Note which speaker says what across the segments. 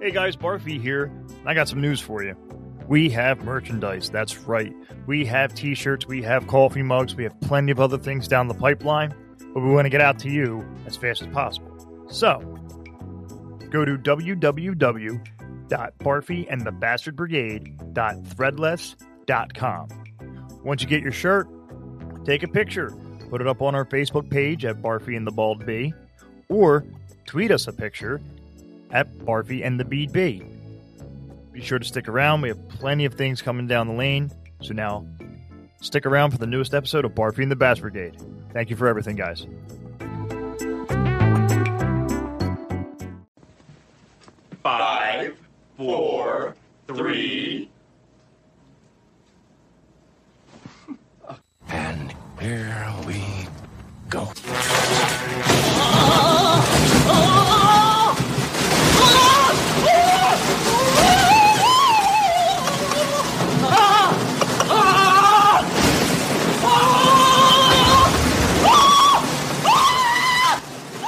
Speaker 1: Hey guys, Barfy here. I got some news for you. We have merchandise. That's right. We have t shirts, we have coffee mugs, we have plenty of other things down the pipeline, but we want to get out to you as fast as possible. So, go to www.barfyandthebastardbrigade.threadless.com. Once you get your shirt, take a picture, put it up on our Facebook page at Barfy and the Bald Bee, or tweet us a picture at Barfy and the BB. Be sure to stick around. We have plenty of things coming down the lane. So now, stick around for the newest episode of Barfy and the Bass Brigade. Thank you for everything, guys.
Speaker 2: Five, four, three.
Speaker 3: And here we go.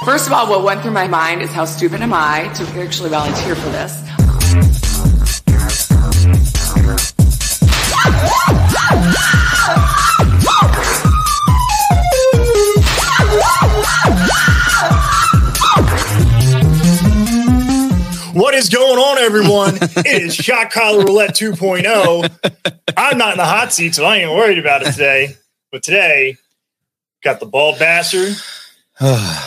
Speaker 4: First of all, what went through my mind is how stupid am I to actually volunteer for this?
Speaker 1: What is going on, everyone? it is Shot Collar Roulette 2.0. I'm not in the hot seat, so I ain't worried about it today. But today, got the bald bastard.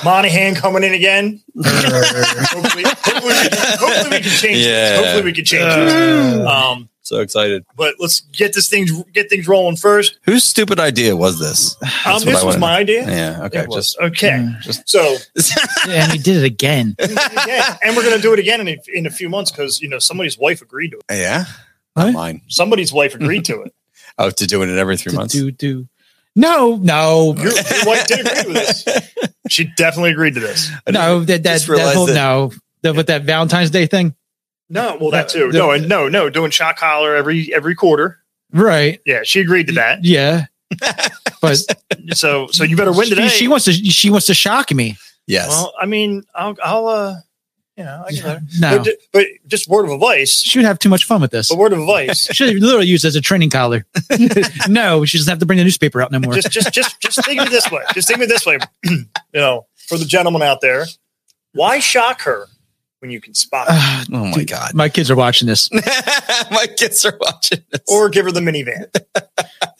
Speaker 1: Monahan coming in again. hopefully, hopefully, hopefully we can change
Speaker 3: Yeah.
Speaker 1: this. Hopefully we can change this. Um,
Speaker 3: So excited.
Speaker 1: but let's get this thing get things rolling first.
Speaker 3: Whose stupid idea was this?
Speaker 1: Um,
Speaker 3: That's what
Speaker 1: this
Speaker 3: I
Speaker 1: was
Speaker 3: wanna-
Speaker 1: my idea.
Speaker 3: Yeah. Okay.
Speaker 1: It was.
Speaker 3: Just. mm,
Speaker 1: okay.
Speaker 3: just-
Speaker 1: so
Speaker 5: Yeah, and he did it again.
Speaker 1: yeah, and we're gonna do it again in a, in a few months because you know somebody's wife agreed to it.
Speaker 3: yeah. Not
Speaker 5: What?
Speaker 3: mine.
Speaker 1: Somebody's wife agreed to it.
Speaker 3: I have to doing it every three
Speaker 5: Do,
Speaker 3: months.
Speaker 5: do, do. No, no,
Speaker 1: Your, your wife did agree to this. She definitely agreed to this.
Speaker 3: I
Speaker 5: no. That that,
Speaker 3: just
Speaker 5: that
Speaker 3: realized
Speaker 5: whole
Speaker 3: that-
Speaker 5: no. The, with that Valentine's Day thing,
Speaker 1: No, well that too. No, and no, no, doing shot collar every every quarter.
Speaker 5: right?
Speaker 1: Yeah, she agreed to that.
Speaker 5: Yeah, but
Speaker 1: So so you better win
Speaker 5: she,
Speaker 1: today.
Speaker 5: she wants to. She wants to shock me.
Speaker 3: Yes.
Speaker 1: Well, I mean, I'll, I'll uh, you know, I can let her.
Speaker 5: No,
Speaker 1: But, ju- but just word of advice.
Speaker 5: she would have too much fun with this.
Speaker 1: A word of advice.
Speaker 5: She would literally use it as a training collar. no, she doesn't have to bring the newspaper out no more.
Speaker 1: just just just just think of it this way. Just think of it this way. you know, for the gentleman out there, why shock her when you can spot her?
Speaker 5: Ah,
Speaker 3: oh my
Speaker 5: dude,
Speaker 3: god.
Speaker 5: my kids are watching this.
Speaker 3: my kids are watching this.
Speaker 1: or give her the minivan?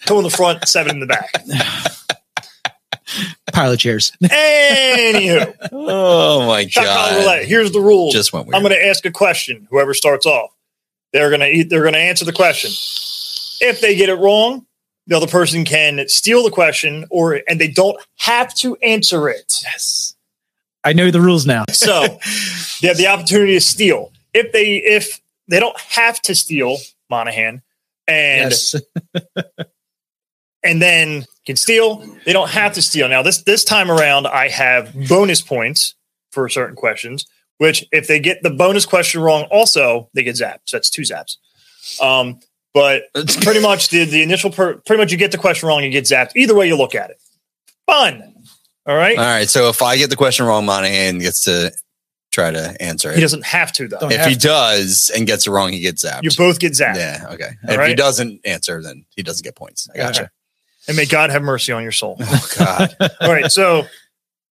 Speaker 1: Two in the front, seven in the back.
Speaker 5: Pile of chairs.
Speaker 1: Anywho,
Speaker 3: oh my
Speaker 1: shock collar roulette.
Speaker 3: god.
Speaker 1: Here's the rules.
Speaker 3: Just went weird.
Speaker 1: I'm going to ask a question. Whoever starts off, they're going to eat. They're going to answer the question. If they get it wrong, the other person can steal the question, or and they don't have to answer it.
Speaker 3: yes.
Speaker 5: I know the rules now.
Speaker 1: So they have the opportunity to steal. If they if they don't have to steal Monahan, and
Speaker 5: yes.
Speaker 1: and then can steal, they don't have to steal. Now this this time around, I have bonus points for certain questions. Which if they get the bonus question wrong, also they get zapped. So that's two zaps. Um, but pretty much the the initial per, pretty much you get the question wrong, you get zapped. Either way you look at it, fun. All right.
Speaker 3: All right. So if I get the question wrong, Monahan gets to try to answer
Speaker 1: He
Speaker 3: it.
Speaker 1: doesn't have to though.
Speaker 5: Don't-
Speaker 3: If he does and gets it wrong, he gets zapped.
Speaker 1: You both get zapped.
Speaker 3: Yeah. Okay.
Speaker 1: All
Speaker 3: if he
Speaker 1: right.
Speaker 3: doesn't answer, then he doesn't get points. I gotcha.
Speaker 1: And may God have mercy on your soul.
Speaker 3: Oh god.
Speaker 1: All right, so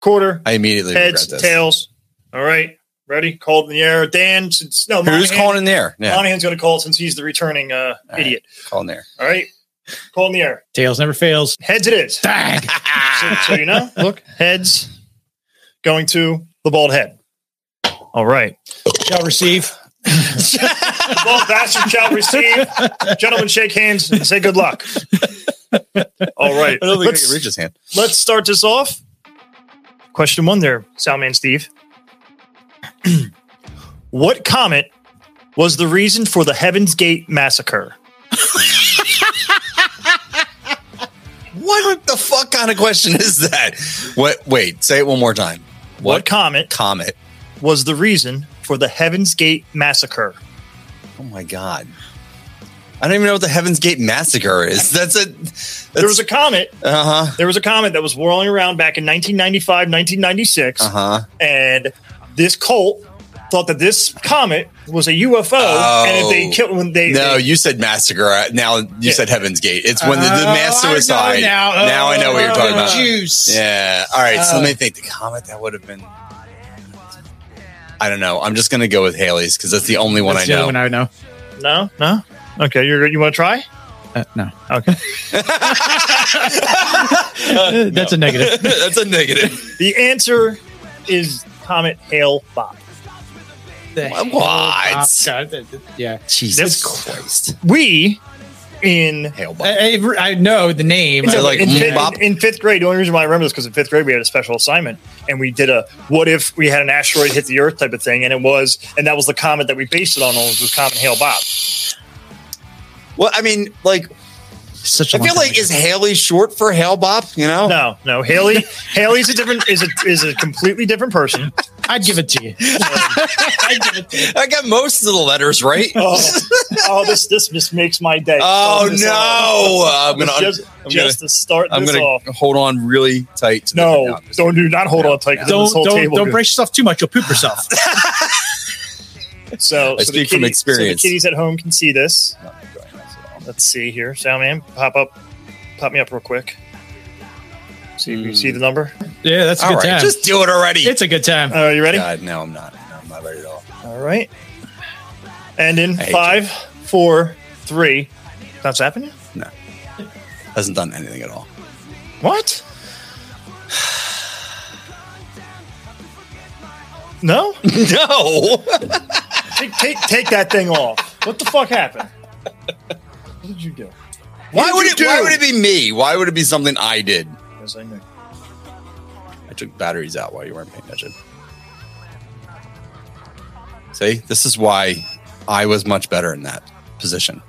Speaker 1: quarter,
Speaker 3: I immediately
Speaker 1: heads,
Speaker 3: regret this.
Speaker 1: tails. All right, ready? Called in the air. Dan, since no,
Speaker 3: Who's
Speaker 1: Monahan-
Speaker 3: calling in there? Yeah.
Speaker 1: Monahan's going to call since he's the returning uh,
Speaker 3: All right.
Speaker 1: idiot.
Speaker 3: Calling there.
Speaker 1: All right, call in the air.
Speaker 5: Tails never fails.
Speaker 1: Heads it is.
Speaker 5: Dag.
Speaker 1: So, so you know, look, heads going to the bald head. All right,
Speaker 5: Shall receive.
Speaker 1: the bald bastard shall receive. Gentlemen, shake hands and say good luck. All right,
Speaker 3: I don't think I
Speaker 1: let's-
Speaker 3: can reach his hand.
Speaker 1: let's start this off. Question one there, Soundman Steve. what comet was the reason for the Heaven's Gate massacre?
Speaker 3: What the fuck kind of question is that? What? Wait, say it one more time.
Speaker 1: What,
Speaker 3: What
Speaker 1: comet
Speaker 3: comet?
Speaker 1: was the reason for the Heaven's Gate massacre?
Speaker 3: Oh my god! I don't even know what the Heaven's Gate massacre is. That's a. That's,
Speaker 1: There was a comet.
Speaker 3: Uh huh.
Speaker 1: There was a comet that was
Speaker 3: Uh-huh.
Speaker 1: whirling around back in 1995, 1996,
Speaker 3: Uh huh.
Speaker 1: and this cult thought that this comet was a UFO, and if they
Speaker 3: Oh.
Speaker 1: killed when they
Speaker 3: No,
Speaker 1: they-
Speaker 3: you said massacre. Uh, Now you
Speaker 1: Yeah.
Speaker 3: said Heaven's Gate. It's when the,
Speaker 5: Oh,
Speaker 3: the mass
Speaker 5: I know
Speaker 3: suicide.
Speaker 5: now.
Speaker 3: now I know what you're
Speaker 5: Oh,
Speaker 3: talking about.
Speaker 5: Juice.
Speaker 3: Yeah. All right. so
Speaker 5: Uh,
Speaker 3: let me think. The comment that would have been. I don't know. I'm just gonna go with Haley's because that's the only one
Speaker 5: That's
Speaker 3: I
Speaker 5: the
Speaker 3: know.
Speaker 5: only one I know.
Speaker 1: no, no. Okay, you're, you want to try?
Speaker 5: Uh, no,
Speaker 1: Okay.
Speaker 5: Uh, that's a negative.
Speaker 3: that's a negative.
Speaker 1: the answer is Comet Hale Bob.
Speaker 5: The
Speaker 3: What?
Speaker 5: hell, Bob? God, that- that- yeah.
Speaker 3: Jesus
Speaker 1: That's-
Speaker 3: Christ. We
Speaker 1: We in
Speaker 3: Hail Bob.
Speaker 5: I, I- I know the name.
Speaker 3: It's
Speaker 5: I-
Speaker 3: a- like
Speaker 1: in, fi-
Speaker 3: Mbop.
Speaker 1: in fifth grade. The only reason why I remember this because in fifth grade we had a special assignment and we did a what if we had an asteroid hit the Earth type of thing, and it was and that was the comet that we based it on was, was Comet Hale Bob.
Speaker 3: eh, Well, I mean, like
Speaker 5: such
Speaker 3: I
Speaker 5: a
Speaker 3: feel
Speaker 5: long
Speaker 3: like
Speaker 5: time
Speaker 3: is Haley short for Hail Bob? You know.
Speaker 1: No, no, Haley Haley's a different is a is a completely different person.
Speaker 5: ago. I'd give it to you. I'd give it to you.
Speaker 3: I got most of the letters right.
Speaker 1: Oh, oh this this just makes my day.
Speaker 3: Oh,
Speaker 1: This all-
Speaker 3: no! Uh, I'm gonna.
Speaker 1: just
Speaker 3: I'm
Speaker 1: just
Speaker 3: gonna,
Speaker 1: to start
Speaker 3: I'm
Speaker 1: this
Speaker 3: gonna
Speaker 1: off.
Speaker 3: hold on really tight. To the-
Speaker 1: No,
Speaker 3: I'm just-
Speaker 1: don't do not hold on tight. 'cause
Speaker 5: Don't
Speaker 1: this whole
Speaker 5: don't,
Speaker 1: table
Speaker 5: don't
Speaker 1: goes-
Speaker 5: brace yourself too much. You'll poop yourself.
Speaker 1: So, so
Speaker 3: I speak
Speaker 1: the
Speaker 3: from
Speaker 1: kitty-
Speaker 3: experience. Oh,
Speaker 1: So the kiddies at home can see this. Let's see here, sound man, pop up, pop me up real quick. See, you
Speaker 3: Hmm.
Speaker 1: see the number?
Speaker 5: Yeah, that's a
Speaker 3: All
Speaker 5: good
Speaker 3: right,
Speaker 5: time.
Speaker 3: just do it already.
Speaker 5: it's a good time.
Speaker 1: Are you ready?
Speaker 3: God, no, I'm not. No, I'm not ready at all.
Speaker 1: All right. And in
Speaker 3: hate
Speaker 1: five, four, three. That's happening.
Speaker 3: No, hasn't done anything at all.
Speaker 1: What? No,
Speaker 3: No,
Speaker 1: take, take take that thing off. What the fuck happened? What did you do?
Speaker 3: why would
Speaker 1: you
Speaker 3: it?
Speaker 1: do?
Speaker 3: Why would it be me? Why would it be something I did?
Speaker 1: Yes, I knew.
Speaker 3: I took batteries out while you weren't paying attention. See, this is why I was much better in that position.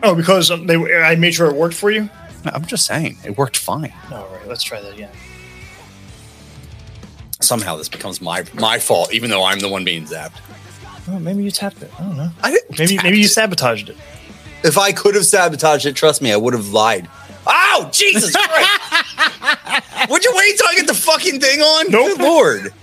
Speaker 1: Oh, because um, they I made sure it worked for you.
Speaker 3: I'm just saying, it worked fine.
Speaker 1: All right, let's try that again.
Speaker 3: Somehow this becomes my my fault, even though I'm the one being zapped.
Speaker 1: Oh, maybe you tapped it. I don't know.
Speaker 3: I didn't
Speaker 1: Maybe
Speaker 3: tap
Speaker 1: maybe you
Speaker 3: it.
Speaker 1: sabotaged it.
Speaker 3: If I could have sabotaged it, trust me, I would have lied. Oh, Jesus Christ! would you wait till I get the fucking thing on? No, Good Lord.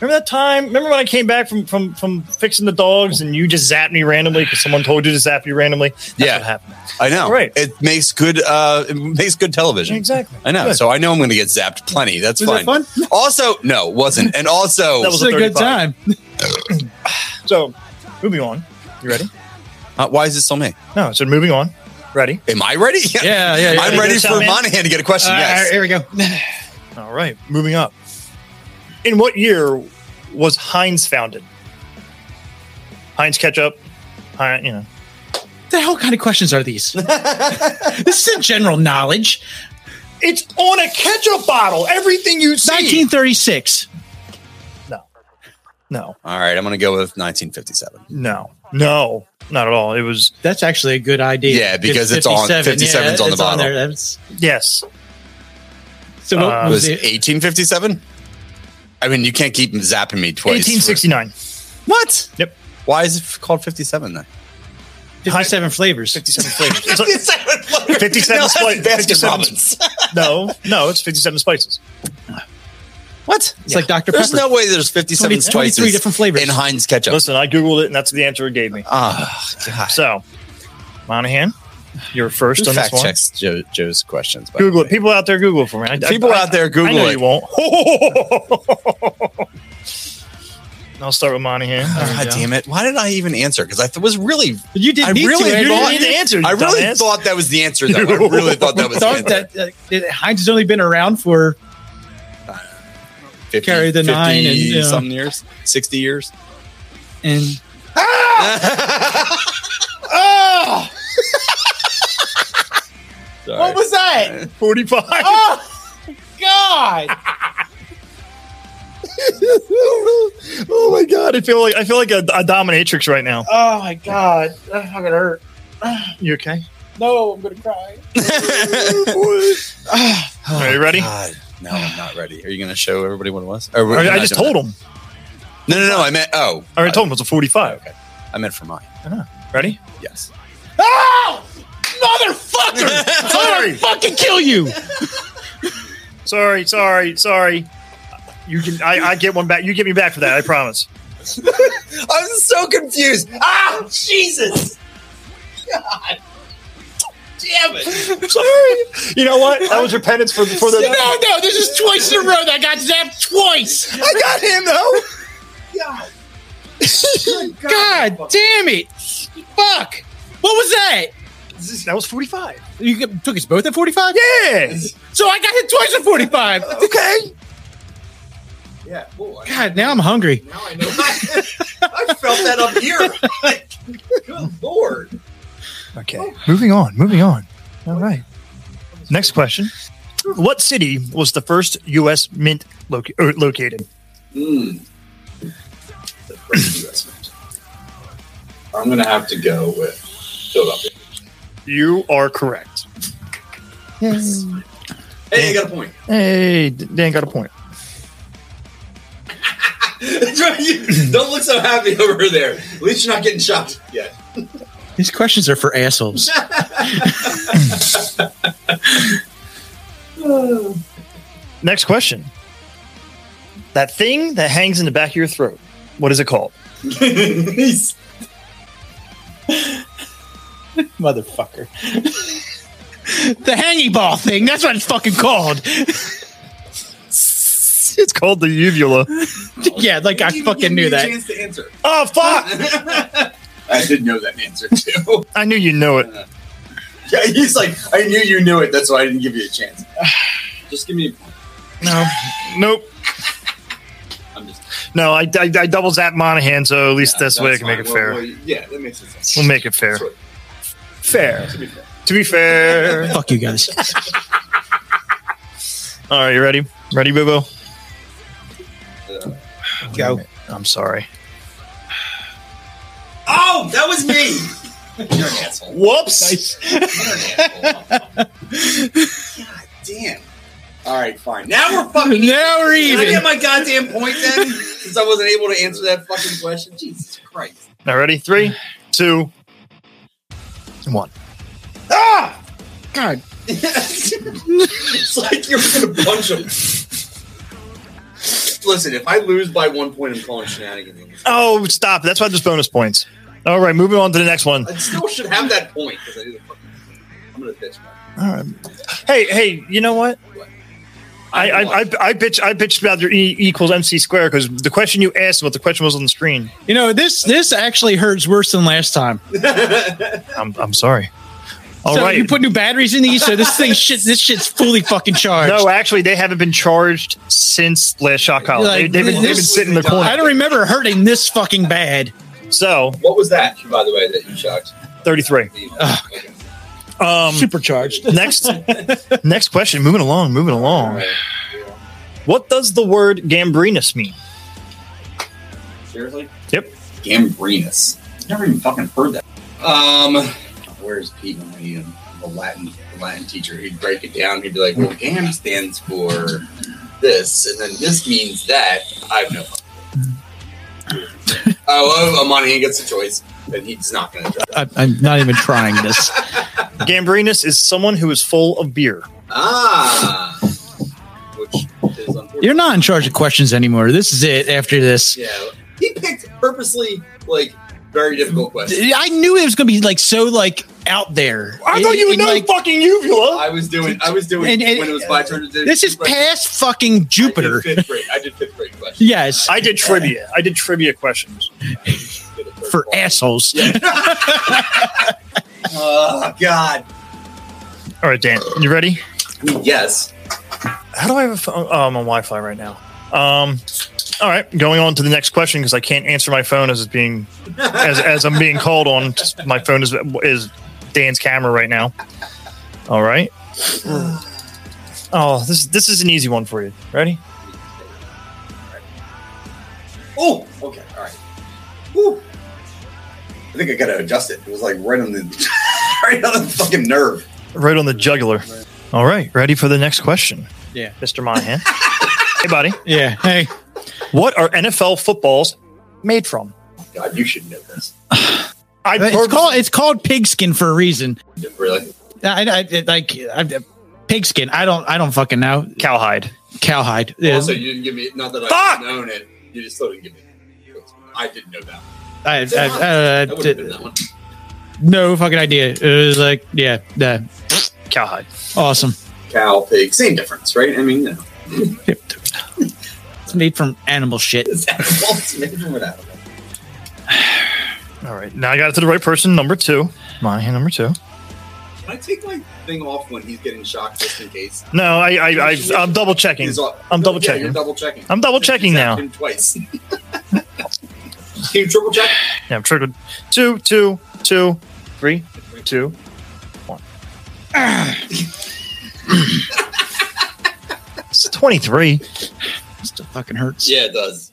Speaker 1: Remember that time? Remember when I came back from from from fixing the dogs and you just zapped me randomly because someone told you to zap you randomly? That's
Speaker 3: Yeah.
Speaker 1: what happened.
Speaker 3: I know.
Speaker 1: Right.
Speaker 3: It makes good uh it makes good television.
Speaker 1: Exactly.
Speaker 3: I know.
Speaker 1: Good.
Speaker 3: So I know I'm gonna get zapped plenty. That's
Speaker 5: Was it
Speaker 3: fine.
Speaker 5: fun?
Speaker 3: Also, no, wasn't. And also
Speaker 1: That
Speaker 5: It's
Speaker 1: was
Speaker 5: a good
Speaker 1: 35.
Speaker 5: time.
Speaker 1: So, moving on. You ready?
Speaker 3: uh, why is it still me?
Speaker 1: No, so moving on. Ready?
Speaker 3: Am I ready?
Speaker 5: Yeah, yeah, yeah.
Speaker 3: I'm
Speaker 1: You
Speaker 3: ready
Speaker 1: good,
Speaker 3: for
Speaker 1: Salman?
Speaker 3: Monahan to get a question.
Speaker 5: All right,
Speaker 3: yes.
Speaker 5: here we go.
Speaker 1: All right, moving up. In what year was Heinz founded? Heinz ketchup. Heinz, you know.
Speaker 5: the hell kind of questions are these? this isn't general knowledge.
Speaker 1: It's on a ketchup bottle. Everything you see.
Speaker 5: 1936.
Speaker 1: No. No.
Speaker 3: All right, I'm gonna go with 1957.
Speaker 1: No. No. Not at all. It was
Speaker 5: That's actually a good idea.
Speaker 3: Yeah, because it's on- 57's on the
Speaker 5: it's
Speaker 3: bottle.
Speaker 5: there. That's-
Speaker 1: yes.
Speaker 5: so what
Speaker 1: Uh,
Speaker 3: It
Speaker 5: was
Speaker 3: was
Speaker 5: it?
Speaker 3: 1857. I mean, you can't keep zapping me twice.
Speaker 1: 1869.
Speaker 3: What?
Speaker 1: Yep.
Speaker 3: Why is it called 57 then?
Speaker 5: 57 flavors.
Speaker 1: 57 flavors. It's like-
Speaker 3: 57.
Speaker 1: 57
Speaker 3: No, that's
Speaker 1: spices.
Speaker 3: Baskin
Speaker 1: 57
Speaker 3: Robbins.
Speaker 1: no, no, it's 57 spices.
Speaker 3: What?
Speaker 5: It's like Dr.
Speaker 3: There's
Speaker 5: Pepper.
Speaker 3: no way there's 57
Speaker 5: 20 23
Speaker 3: spices
Speaker 5: different flavors.
Speaker 3: in Heinz ketchup.
Speaker 1: Listen, I Googled it and that's the answer it gave me.
Speaker 3: Ah, God.
Speaker 1: So, Monahan, you're first
Speaker 3: Who
Speaker 1: on this
Speaker 3: fact
Speaker 1: one.
Speaker 3: checks Joe, Joe's questions? by the
Speaker 1: Google
Speaker 3: way?
Speaker 1: it. People out there, Google it for me. I- I-
Speaker 3: People
Speaker 1: I-
Speaker 3: out there, Google
Speaker 1: I know
Speaker 3: it.
Speaker 1: you won't. I'll start with Monahan.
Speaker 3: God Ah, damn it. Why did I even answer? Because I th- was really.
Speaker 5: You
Speaker 3: I
Speaker 5: didn't need
Speaker 3: really
Speaker 5: to. Aaron.
Speaker 3: thought,
Speaker 1: You didn't need to answer, you
Speaker 3: I really
Speaker 1: dumbass.
Speaker 3: thought that was the answer, though. I really thought that was the
Speaker 5: thought
Speaker 3: answer.
Speaker 5: that uh, it- Heinz has only been around for
Speaker 3: 50,
Speaker 5: carry the nine and, you know.
Speaker 3: something years, 60 years.
Speaker 5: and
Speaker 3: Sorry.
Speaker 5: that?
Speaker 1: 45.
Speaker 3: Oh,
Speaker 5: God,
Speaker 1: oh my god, I feel like I feel like a, a dominatrix right now.
Speaker 3: Uh,
Speaker 5: oh my God, I'm gonna hurt.
Speaker 1: You okay?
Speaker 5: No, I'm gonna cry.
Speaker 1: Are you ready?
Speaker 3: God. No, I'm not ready. Are you going to show everybody what it was? Or,
Speaker 1: Or I just told him.
Speaker 3: No, no, no. I meant. Oh,
Speaker 1: I already told him it was a 45.
Speaker 3: Okay. I meant for mine.
Speaker 1: Ready?
Speaker 3: Yes.
Speaker 5: Oh, motherfucker!
Speaker 1: Sorry.
Speaker 5: fucking kill you.
Speaker 1: Sorry, sorry, sorry. You can I, I get one back. You get me back for that, I promise.
Speaker 3: I'm so confused. Ah, Jesus. God. Damn it. Sorry.
Speaker 1: You know what? That was your penance for, for the.
Speaker 6: No, no, this is twice in a row that I got zapped twice.
Speaker 3: I got him, though. God.
Speaker 5: God damn it! Fuck! What was that?
Speaker 1: That was 45.
Speaker 5: You get- took us both at 45?
Speaker 1: Yeah.
Speaker 5: So I got hit twice at 45.
Speaker 3: Okay.
Speaker 6: Yeah, boy.
Speaker 5: God, now I'm hungry.
Speaker 6: Now I know. my-
Speaker 3: I felt that up here.
Speaker 6: Good lord.
Speaker 1: Okay. Moving on. Moving on. All right. Next question. What city was the first U.S. mint loca- er, located?
Speaker 6: I'm going to have to go with Philadelphia.
Speaker 1: You are correct.
Speaker 6: Hey, you got a point.
Speaker 1: Hey, D- Dan got a point.
Speaker 3: Don't look so happy over there. At least you're not getting shot.
Speaker 6: Yeah.
Speaker 5: These questions are for assholes.
Speaker 1: Next question. That thing that hangs in the back of your throat. What is it called?
Speaker 5: Motherfucker. the hangy ball thing. That's what it's fucking called.
Speaker 1: It's called the uvula.
Speaker 5: yeah, like I fucking knew that.
Speaker 6: Chance to answer.
Speaker 1: oh fuck!
Speaker 6: I did know that answer too.
Speaker 1: I knew you knew it.
Speaker 6: yeah, he's like, I knew you knew it. That's why I didn't give you a chance. Just give me a point.
Speaker 1: No. Nope.
Speaker 6: I'm just.
Speaker 1: No, I, I, I double zap Monahan, so at least this way I can make it fair.
Speaker 6: Well, yeah, that makes sense.
Speaker 1: We'll make it fair.
Speaker 6: That's right.
Speaker 1: Fair.
Speaker 6: To be fair.
Speaker 1: To be fair.
Speaker 5: Fuck you guys.
Speaker 1: All right, you ready? Ready, Boo Boo?
Speaker 6: Uh,
Speaker 5: Go.
Speaker 1: I'm sorry.
Speaker 3: Oh, that was me.
Speaker 6: you're an asshole.
Speaker 1: Whoops.
Speaker 6: You're an asshole.
Speaker 3: God damn.
Speaker 6: All right, fine. Now,
Speaker 3: Now we're fucking.
Speaker 5: Now we're
Speaker 3: Did I get
Speaker 5: even.
Speaker 3: my goddamn point then? Since I wasn't able to answer that fucking question. Jesus Christ.
Speaker 1: Now, ready? Three, two, one.
Speaker 3: Ah!
Speaker 5: God.
Speaker 3: It's like you're gonna punch him. Listen, if I lose by one point, I'm calling shenanigans.
Speaker 1: Oh, stop. That's why there's bonus points. All right, moving on to the next one.
Speaker 3: I still should have that point because I did a fucking. I'm gonna pitch. now.
Speaker 1: All right. Hey, hey, you know what? I, I, I, I bitch I bitched about your E equals MC square because the question you asked what the question was on the screen.
Speaker 5: You know, this this actually hurts worse than last time.
Speaker 1: I'm, I'm sorry. All
Speaker 5: so
Speaker 1: right.
Speaker 5: you put new batteries in these, so this thing shit this shit's fully fucking charged.
Speaker 1: no, actually, they haven't been charged since last shot collar.
Speaker 5: Like,
Speaker 1: they, they've, been, they've been
Speaker 5: this-
Speaker 1: sitting in the corner.
Speaker 5: I don't remember it hurting this fucking bad.
Speaker 1: So,
Speaker 3: What was that, by the way, that you shocked?
Speaker 1: 33.
Speaker 3: Okay.
Speaker 1: Um,
Speaker 5: Supercharged.
Speaker 1: next, next question. Moving along, moving
Speaker 3: All
Speaker 1: along.
Speaker 3: right.
Speaker 1: What does the word gambrinus mean?
Speaker 3: Seriously?
Speaker 1: Yep.
Speaker 3: Gambrinus. Never even fucking heard that. Um, where's Pete when he um, the Latin the Latin teacher? He'd break it down. He'd be like, "Well, gam stands for this, and then this means that." I have no. fucking clue. oh, well, Amani gets a choice, and he's not going to try.
Speaker 5: I, I'm not even trying this.
Speaker 1: Gambrinus is someone who is full of beer.
Speaker 3: Ah, which is unfortunate.
Speaker 5: You're not in charge of questions anymore. This is it after this.
Speaker 3: yeah, he picked purposely like very difficult questions.
Speaker 5: I knew it was going to be like so like out there. It- it, like,
Speaker 1: fucking uvula.
Speaker 3: I was doing. I was doing
Speaker 5: And- and-
Speaker 3: when it was my turn to do.
Speaker 5: this is past fucking Jupiter.
Speaker 3: I did fifth grade. I did fifth grade questions.
Speaker 5: Yes,
Speaker 1: I did trivia. I did trivia questions.
Speaker 3: Did it
Speaker 5: for
Speaker 3: all.
Speaker 5: assholes.
Speaker 3: Oh God.
Speaker 1: All right, Dan, you ready?
Speaker 3: I mean, yes.
Speaker 1: How do I have a phone? Oh, I'm on Wi-Fi right now. Um, all right, going on to the next question because I can't answer my phone as it's being as as I'm being called on. Just My phone is is Dan's camera right now. All right. Oh, this this is an easy one for you. Ready?
Speaker 3: Oh. Okay. All right. Woo. I think I gotta adjust it. It was like right on the right on the fucking nerve.
Speaker 1: Right on the jugular. All right, ready for the next question.
Speaker 5: Yeah.
Speaker 1: Mr. Monahan. hey, buddy.
Speaker 5: Yeah. Hey,
Speaker 1: What are NFL footballs made from?
Speaker 3: God, you should know this.
Speaker 1: I
Speaker 5: it's
Speaker 1: purpose-
Speaker 5: called it's called pigskin for a reason.
Speaker 3: Really?
Speaker 5: I, I it- like I, pigskin. I don't I don't fucking know.
Speaker 1: cowhide.
Speaker 5: Cowhide. Yeah.
Speaker 3: Also, you didn't give me. Not that I
Speaker 1: Fuck!
Speaker 3: own it. You just still didn't give me.
Speaker 6: I didn't know that.
Speaker 5: I, I, I,
Speaker 6: That
Speaker 5: uh,
Speaker 6: would have been that one.
Speaker 5: no fucking idea. It was like, yeah, nah.
Speaker 1: God.
Speaker 5: awesome.
Speaker 6: Cow, pig, same difference, right? I mean, you know,
Speaker 5: It's made from animal shit.
Speaker 6: it's animals made from an animal.
Speaker 1: All right. Now I got it to the right person. Number two. My number two.
Speaker 6: Can I take my thing off when he's getting shocked just in case?
Speaker 1: No, I, I, I I'm double checking.
Speaker 6: He's all-
Speaker 1: I'm
Speaker 6: No,
Speaker 1: double
Speaker 6: yeah,
Speaker 1: checking.
Speaker 6: You're double checking.
Speaker 1: I'm double checking
Speaker 6: He's
Speaker 1: now.
Speaker 6: zapped him twice. Can you triple check?
Speaker 1: Yeah, I'm triggered. Two, two, two, three, two. one. it's 23.
Speaker 5: Still fucking hurts.
Speaker 6: Yeah, it does.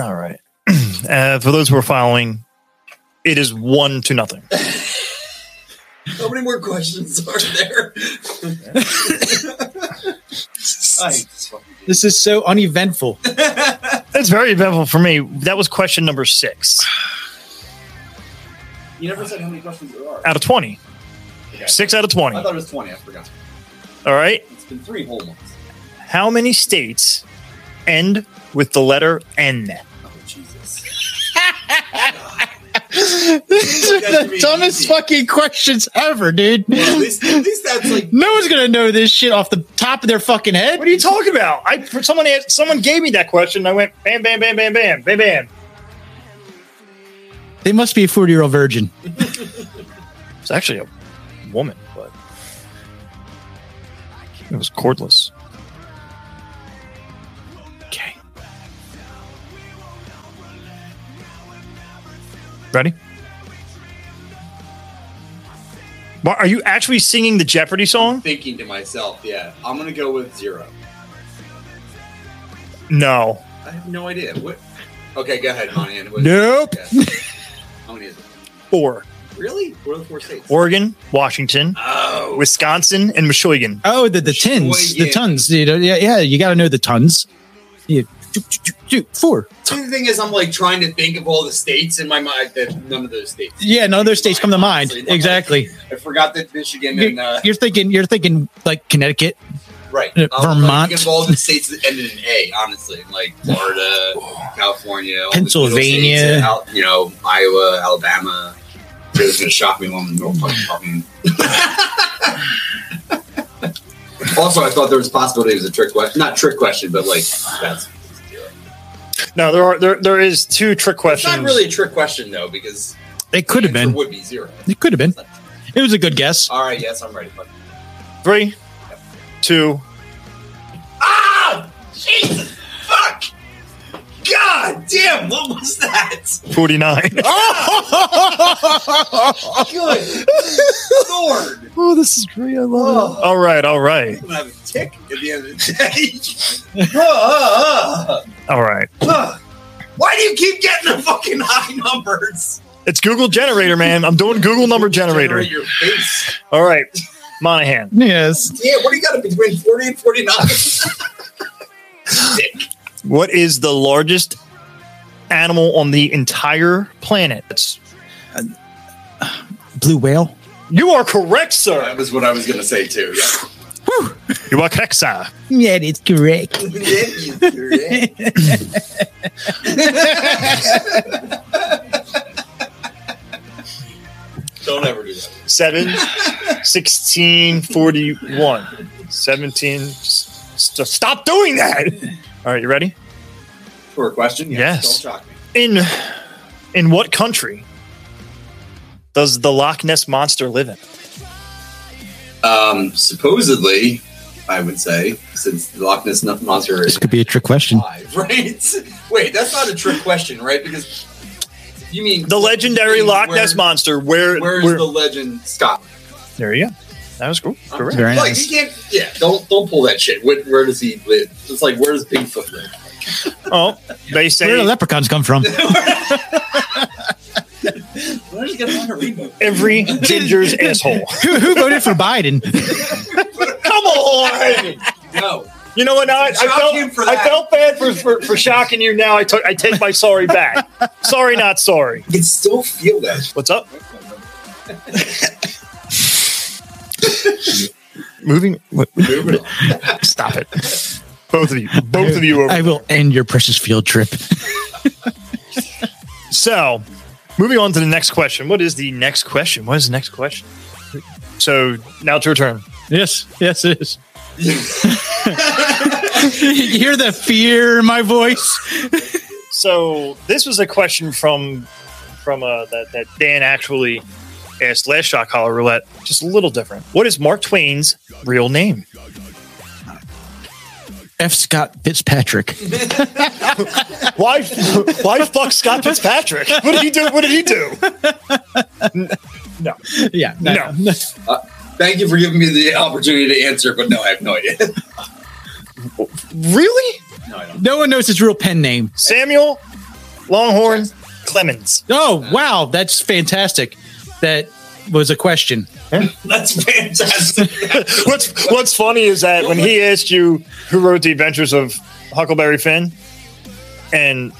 Speaker 1: All right. Uh, for those who are following, it is one to nothing.
Speaker 6: How many more questions are there?
Speaker 5: This is so uneventful.
Speaker 1: That's very eventful for me. That was question number six
Speaker 6: you never said how many questions there are.
Speaker 1: out of 20.
Speaker 6: Okay.
Speaker 1: Six out of 20.
Speaker 6: I thought it was 20. I forgot.
Speaker 1: All right.
Speaker 6: It's been three whole months.
Speaker 1: How many states end with the letter N?
Speaker 6: Oh, Jesus.
Speaker 5: These are the dumbest fucking questions ever, dude.
Speaker 6: Well, at,
Speaker 5: No
Speaker 6: least, at least that's like
Speaker 5: one's gonna know this shit off the top of their fucking head.
Speaker 1: What are you talking about? I for someone asked, someone gave me that question. And I went bam, bam, bam, bam, bam, bam, bam.
Speaker 5: They must be a 40 year old virgin.
Speaker 1: It's actually a woman, but it was cordless.
Speaker 5: Okay.
Speaker 1: Ready? Mar- Are you actually singing the Jeopardy song?
Speaker 6: thinking to myself, yeah, I'm gonna go with zero.
Speaker 1: No.
Speaker 6: I have no idea. What? Okay, go ahead, Monahan. What-
Speaker 5: Nope.
Speaker 6: Yeah. How many is it?
Speaker 1: Four.
Speaker 6: Really? What are the four states?
Speaker 1: Oregon, Washington,
Speaker 6: oh,
Speaker 1: Wisconsin, and Michigan.
Speaker 5: Oh, the the tins, the tons. You know, yeah, yeah. You got to know the tons. Yeah. Two, two, two, two, four.
Speaker 6: the thing is, I'm like trying to think of all the states in my mind that none of those states.
Speaker 5: Yeah, none of those states come to mind. Exactly.
Speaker 6: I forgot that Michigan and
Speaker 5: You're,
Speaker 6: uh,
Speaker 5: you're thinking. You're thinking like Connecticut.
Speaker 6: right
Speaker 5: uh,
Speaker 6: I was, like,
Speaker 5: Vermont.
Speaker 6: thinking of all the states that ended in A. Honestly, like Florida, California, all the middle
Speaker 5: Pennsylvania.
Speaker 6: states, uh, Al- you know, Iowa, Alabama. It was gonna shock me when no fucking problem. also, I thought there was a possibility it was a trick question. Not trick question, but like that's
Speaker 1: No, there are there there is two trick
Speaker 6: it's
Speaker 1: questions.
Speaker 6: not really a trick question though, because
Speaker 5: It could have
Speaker 6: the answer
Speaker 5: been.
Speaker 6: would be zero.
Speaker 5: It could have been. It was a good guess.
Speaker 6: All right, yes, I'm ready. Fuck.
Speaker 1: Three, two,
Speaker 6: Ah, Jesus, fuck. God damn, what was that?
Speaker 1: 49.
Speaker 6: Good lord.
Speaker 5: Oh, this is great. I love
Speaker 1: all right, all right,
Speaker 6: I'm gonna have a tick at the end of the day. Ah,
Speaker 1: all right.
Speaker 6: ah, ah. Why do you keep getting the fucking high numbers?
Speaker 1: It's Google Generator, man. I'm doing Google number generator.
Speaker 6: Generate your face.
Speaker 1: All right, Monahan.
Speaker 5: Yes.
Speaker 6: Yeah, what do you got between 40 and 49?
Speaker 1: What is the largest animal on the entire planet? It's-
Speaker 5: Blue whale.
Speaker 1: you are correct, sir.
Speaker 6: was what I was gonna say too.
Speaker 1: You are correct, sir.
Speaker 5: Yeah, it's correct.
Speaker 6: Don't ever do that.
Speaker 1: 7, 16, 41, 17. s- s- Stop doing that. All right, you ready?
Speaker 6: For a question?
Speaker 1: Yes.
Speaker 6: Don't shock me.
Speaker 1: In in what country does the Loch Ness monster live in?
Speaker 6: Um, supposedly, I would say, since the Loch Ness monster
Speaker 5: This
Speaker 6: is
Speaker 5: could be a trick question.
Speaker 6: alive, right? Wait, that's not a trick question, right? Because you mean
Speaker 1: The legendary
Speaker 6: you mean
Speaker 1: Loch Ness
Speaker 6: where-
Speaker 1: monster. Where?
Speaker 6: Where's
Speaker 1: where-
Speaker 6: the legend, Scott?
Speaker 1: there you go. That was cool. Correct.
Speaker 5: Very
Speaker 6: like
Speaker 5: nice.
Speaker 6: you can't. Yeah, don't don't pull that shit. Where, where does he live? It's like where does Bigfoot live?
Speaker 1: Oh, they
Speaker 5: Where do the
Speaker 1: say
Speaker 5: leprechauns come from?
Speaker 6: Where's he gonna remote?
Speaker 1: every ginger's asshole.
Speaker 5: who, who voted for Biden?
Speaker 1: Come on.
Speaker 6: No,
Speaker 1: You know what? Now I, I
Speaker 6: Shock him
Speaker 1: felt
Speaker 6: for
Speaker 1: I
Speaker 6: that.
Speaker 1: felt bad for, for, for shocking you. Now I took I take my sorry back. sorry, not sorry.
Speaker 6: you can still feel that.
Speaker 1: What's up? Moving. What,
Speaker 6: Moving on.
Speaker 1: stop it. Both of you. Both of you. Over.
Speaker 5: I will end your precious field trip.
Speaker 1: So, moving on to the next question. What is the next question? What is the next question? So now it's your turn.
Speaker 5: Yes, yes, it is. you hear the fear in my voice?
Speaker 1: So this was a question from from uh, that, that Dan actually asked last shot collar roulette. Just a little different. What is Mark Twain's real name?
Speaker 5: F. Scott Fitzpatrick.
Speaker 1: Why why fuck Scott Fitzpatrick? What did he do? What did he do?
Speaker 5: Yeah,
Speaker 1: No.
Speaker 3: Thank you for giving me the opportunity to answer, but no, I have no idea.
Speaker 1: Really?
Speaker 3: no, I don't.
Speaker 5: No one knows his real pen name.
Speaker 1: Samuel Longhorn Clemens.
Speaker 5: Oh, wow. That's fantastic. That was a question.
Speaker 3: That's fantastic.
Speaker 1: What's What's funny is that when he asked you who wrote the Adventures of Huckleberry Finn, and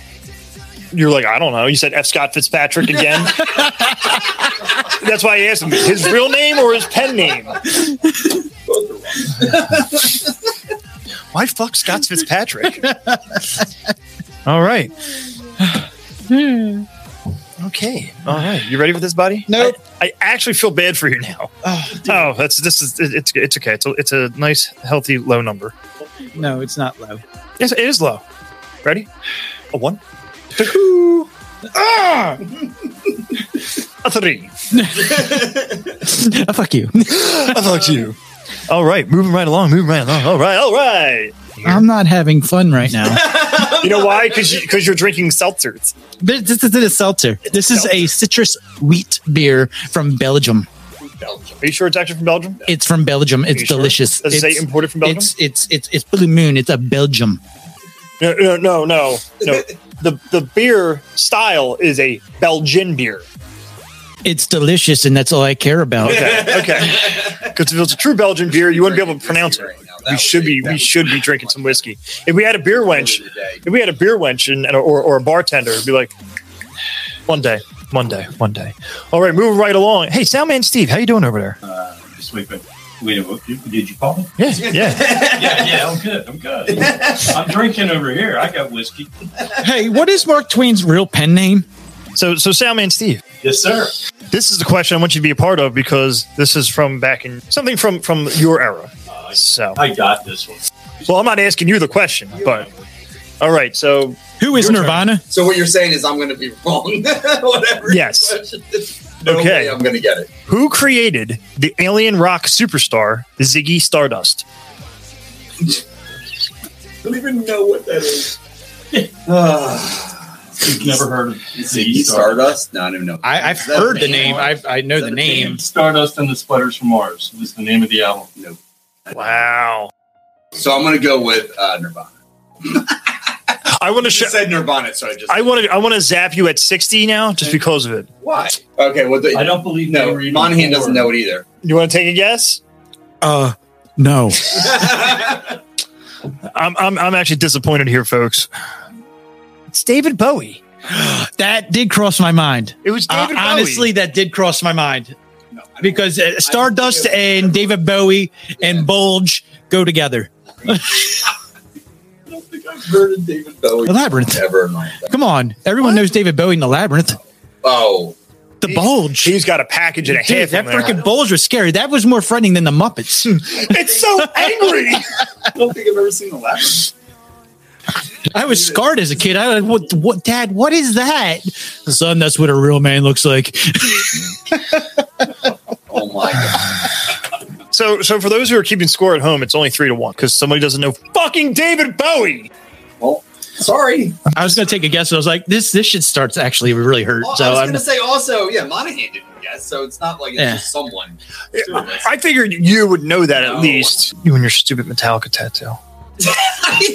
Speaker 1: you're like, I don't know. You said F. Scott Fitzpatrick again. That's why I asked him his real name or his pen name. why fuck Scott Fitzpatrick? All right. Okay. All right. You ready for this, buddy?
Speaker 5: Nope.
Speaker 1: I, I actually feel bad for you now. Oh, that's this is it- it's it's okay. It's a, it's a nice healthy low number.
Speaker 5: No, it's not low.
Speaker 1: Yes, it is low. Ready? A one, Ah! a three.
Speaker 5: Oh, fuck you.
Speaker 1: I thought you. All right, moving right along, moving right along. All right, all right.
Speaker 5: I'm not having fun right now.
Speaker 1: You know why? Because because you, are drinking seltzers.
Speaker 5: this, this isn't a seltzer. This is a citrus wheat beer from Belgium.
Speaker 1: Are you sure it's actually from Belgium?
Speaker 5: It's from Belgium. It's
Speaker 1: you sure?
Speaker 5: delicious.
Speaker 1: Does it say
Speaker 5: It's-
Speaker 1: imported from Belgium?
Speaker 5: It's it's it's it's Blue Moon. It's a Belgium.
Speaker 1: No, no, no, no. no. the the beer style is a Belgian beer.
Speaker 5: It's delicious, and that's all I care about.
Speaker 1: Okay, okay. Because if it's a true Belgian beer, you wouldn't be able to pronounce it.
Speaker 3: Right now, that
Speaker 1: We
Speaker 3: would
Speaker 1: should
Speaker 3: be-
Speaker 1: be
Speaker 3: that
Speaker 1: we
Speaker 3: would
Speaker 1: should be drinking some whiskey. If we had a beer wench,
Speaker 3: be the day.
Speaker 1: if we had a beer wench and, and a, or, or a bartender, it'd be like one day, one day, one day. All right, moving right along. Hey, Soundman Steve, how you doing over there?
Speaker 7: Just wait, but wait, what, did you call me?
Speaker 1: Yeah, yeah.
Speaker 7: Yeah, yeah, I'm good. I'm good. I'm drinking over here. I got whiskey.
Speaker 5: hey, what is Mark Twain's real pen name?
Speaker 1: So so Soundman Steve,
Speaker 7: Yes, sir.
Speaker 1: this is the question I want you to be a part of because this is from back in something from from your era. So
Speaker 7: I got this one.
Speaker 1: well, I'm not asking you the question, but all right. So
Speaker 5: Who is
Speaker 1: Your turn.
Speaker 5: Nirvana?
Speaker 3: So what you're saying is I'm going to be wrong. Whatever.
Speaker 1: Yes.
Speaker 3: No
Speaker 1: Okay.
Speaker 3: way I'm going to get it.
Speaker 1: Who created the alien rock superstar Ziggy Stardust?
Speaker 3: I don't even know what that is.
Speaker 7: You've never heard of
Speaker 3: Ziggy Stardust? No, I don't know.
Speaker 5: I, I've
Speaker 3: Is that
Speaker 5: heard
Speaker 3: a
Speaker 5: the name. I've, I know the name.
Speaker 7: Stardust and the Splitters from Mars was the name of the album.
Speaker 1: Wow.
Speaker 3: So I'm going to go with uh, Nirvana.
Speaker 1: I want to
Speaker 3: She
Speaker 1: sh-
Speaker 3: said Nirvana, so I just.
Speaker 1: I want to I want to zap you at 60 now just because of it.
Speaker 3: why? Okay, well, the,
Speaker 7: I don't believe they
Speaker 3: No,
Speaker 7: were even
Speaker 3: Monahan
Speaker 7: born.
Speaker 3: doesn't know it either.
Speaker 1: You want to take a guess?
Speaker 5: Uh, no.
Speaker 1: I'm I'm, I'm actually disappointed here, folks. It's David Bowie.
Speaker 5: that did cross my mind.
Speaker 1: It was
Speaker 5: Uh,
Speaker 1: David Bowie.
Speaker 5: honestly, that did cross my mind
Speaker 3: No, I don't-
Speaker 5: because uh, Stardust
Speaker 3: I don't
Speaker 5: and David Bowie and Bulge go together.
Speaker 3: I don't think I've heard of David Bowie
Speaker 5: The Labyrinth.
Speaker 3: ever in my life.
Speaker 5: Come on, everyone knows David Bowie in the Labyrinth.
Speaker 3: Oh,
Speaker 5: The Bulge.
Speaker 1: he's got a package and a
Speaker 5: Dude,
Speaker 1: half.
Speaker 5: that
Speaker 1: in there.
Speaker 5: freaking Bulge was scary. That was more frightening than the Muppets.
Speaker 1: it's so angry.
Speaker 3: I don't think I've ever seen the Labyrinth.
Speaker 5: I was scarred as a kid. I was like, what, what, Dad, what is that? Son, that's what a real man looks like.
Speaker 3: Oh my god!
Speaker 1: so so for those who are keeping score at home, it's only three to one because somebody doesn't know fucking David Bowie.
Speaker 3: Well, sorry.
Speaker 5: I was going to take a guess, but I was like, this this shit starts actually really hurt.
Speaker 3: Well, I
Speaker 5: so
Speaker 3: was
Speaker 5: I'm,
Speaker 3: going to say also, yeah, Monahan didn't guess, so it's not like it's
Speaker 5: Yeah.
Speaker 3: just someone.
Speaker 1: I figured you would know that at
Speaker 3: No.
Speaker 1: least. You and your stupid Metallica tattoo.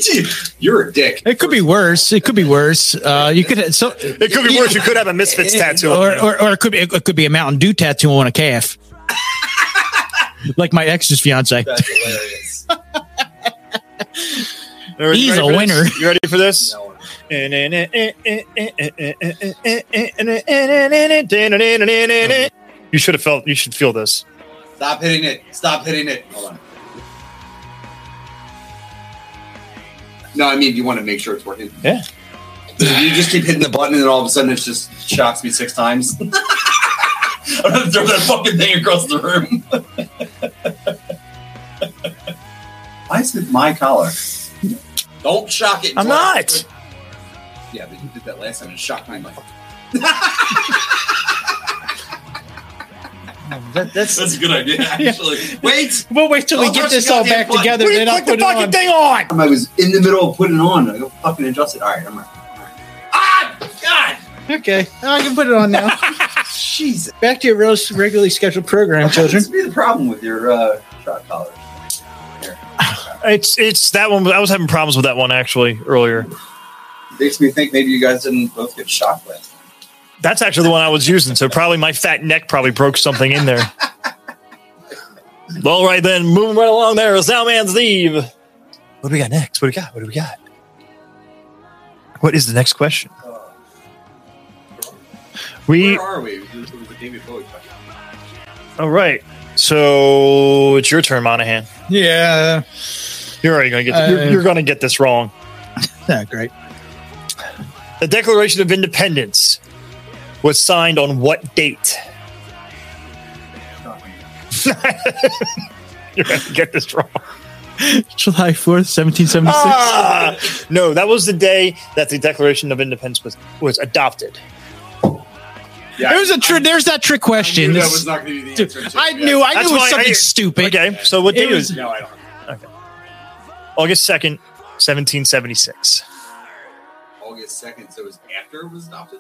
Speaker 3: Dude, You're a dick.
Speaker 5: it could be worse. It could be worse. Uh, you could so
Speaker 1: It could be worse. You could have a Misfits tattoo.
Speaker 5: or, or, or it could be it could be a Mountain Dew tattoo on a calf, like my ex's fiance.
Speaker 3: That's hilarious.
Speaker 1: Are you ready
Speaker 5: He's a
Speaker 1: for this?
Speaker 5: winner.
Speaker 1: You ready for this?
Speaker 3: No.
Speaker 1: You should have felt. You should feel this.
Speaker 3: Stop hitting it. Stop hitting it. Hold on. No, I mean, you want to make sure it's working.
Speaker 1: Yeah.
Speaker 6: So you just keep hitting the button, and all of a sudden, it just shocks me six times. I'm gonna throw that fucking thing across the room. Why is it my collar?
Speaker 3: Don't shock it.
Speaker 1: I'm not.
Speaker 6: Yeah, but you did that last time and it shocked me. Like,
Speaker 5: That, that's.
Speaker 6: That's a good idea, actually. Wait,
Speaker 5: We'll wait till we
Speaker 6: Well,
Speaker 5: Oh, get
Speaker 6: that's
Speaker 5: this
Speaker 6: the
Speaker 5: all
Speaker 6: goddamn
Speaker 5: back
Speaker 6: button.
Speaker 5: together.
Speaker 1: Put,
Speaker 5: Then I'll
Speaker 1: put the
Speaker 5: put it
Speaker 1: fucking
Speaker 5: on.
Speaker 1: thing on.
Speaker 6: I was in the middle of putting it on. I go fucking adjust it. All right, I'm right.
Speaker 5: Okay, I can put it on now.
Speaker 6: Jesus,
Speaker 5: back to your real, regularly scheduled program, children.
Speaker 6: this would be the problem with your uh, shot collars.
Speaker 1: It's it's that one. I was having problems with that one actually earlier.
Speaker 6: Makes me think maybe you guys didn't both get shocked last. time.
Speaker 1: That's actually the one I was using. So probably my fat neck probably broke something in there. All right then, moving right along there. Salman's Eve. What do we got next? What do we got? What do we got? What is the next question? We
Speaker 6: Where are we? It was, it was the day before we fucking-
Speaker 1: all right. So it's your turn, Monahan.
Speaker 5: Yeah,
Speaker 1: You're already gonna get
Speaker 5: Uh,
Speaker 1: you're, you're gonna get this wrong.
Speaker 5: not Ah, great.
Speaker 1: The Declaration of Independence was signed on what date? You're going to get this wrong.
Speaker 5: July fourth, seventeen seventy six.
Speaker 1: Ah! No, that was the day that the Declaration of Independence was, was adopted.
Speaker 6: Yeah,
Speaker 5: It was a tr- there's that trick question.
Speaker 6: Dude, that
Speaker 5: This-
Speaker 6: was not going to be the
Speaker 5: dude,
Speaker 6: answer. to.
Speaker 5: I
Speaker 6: Yeah.
Speaker 5: knew. I
Speaker 1: That's
Speaker 5: knew it
Speaker 1: why I-
Speaker 5: was something stupid.
Speaker 1: Okay, so what
Speaker 5: It
Speaker 1: date was
Speaker 5: was-
Speaker 6: No, I don't.
Speaker 1: August 2nd, 1776?
Speaker 6: August second, so it was after it was adopted.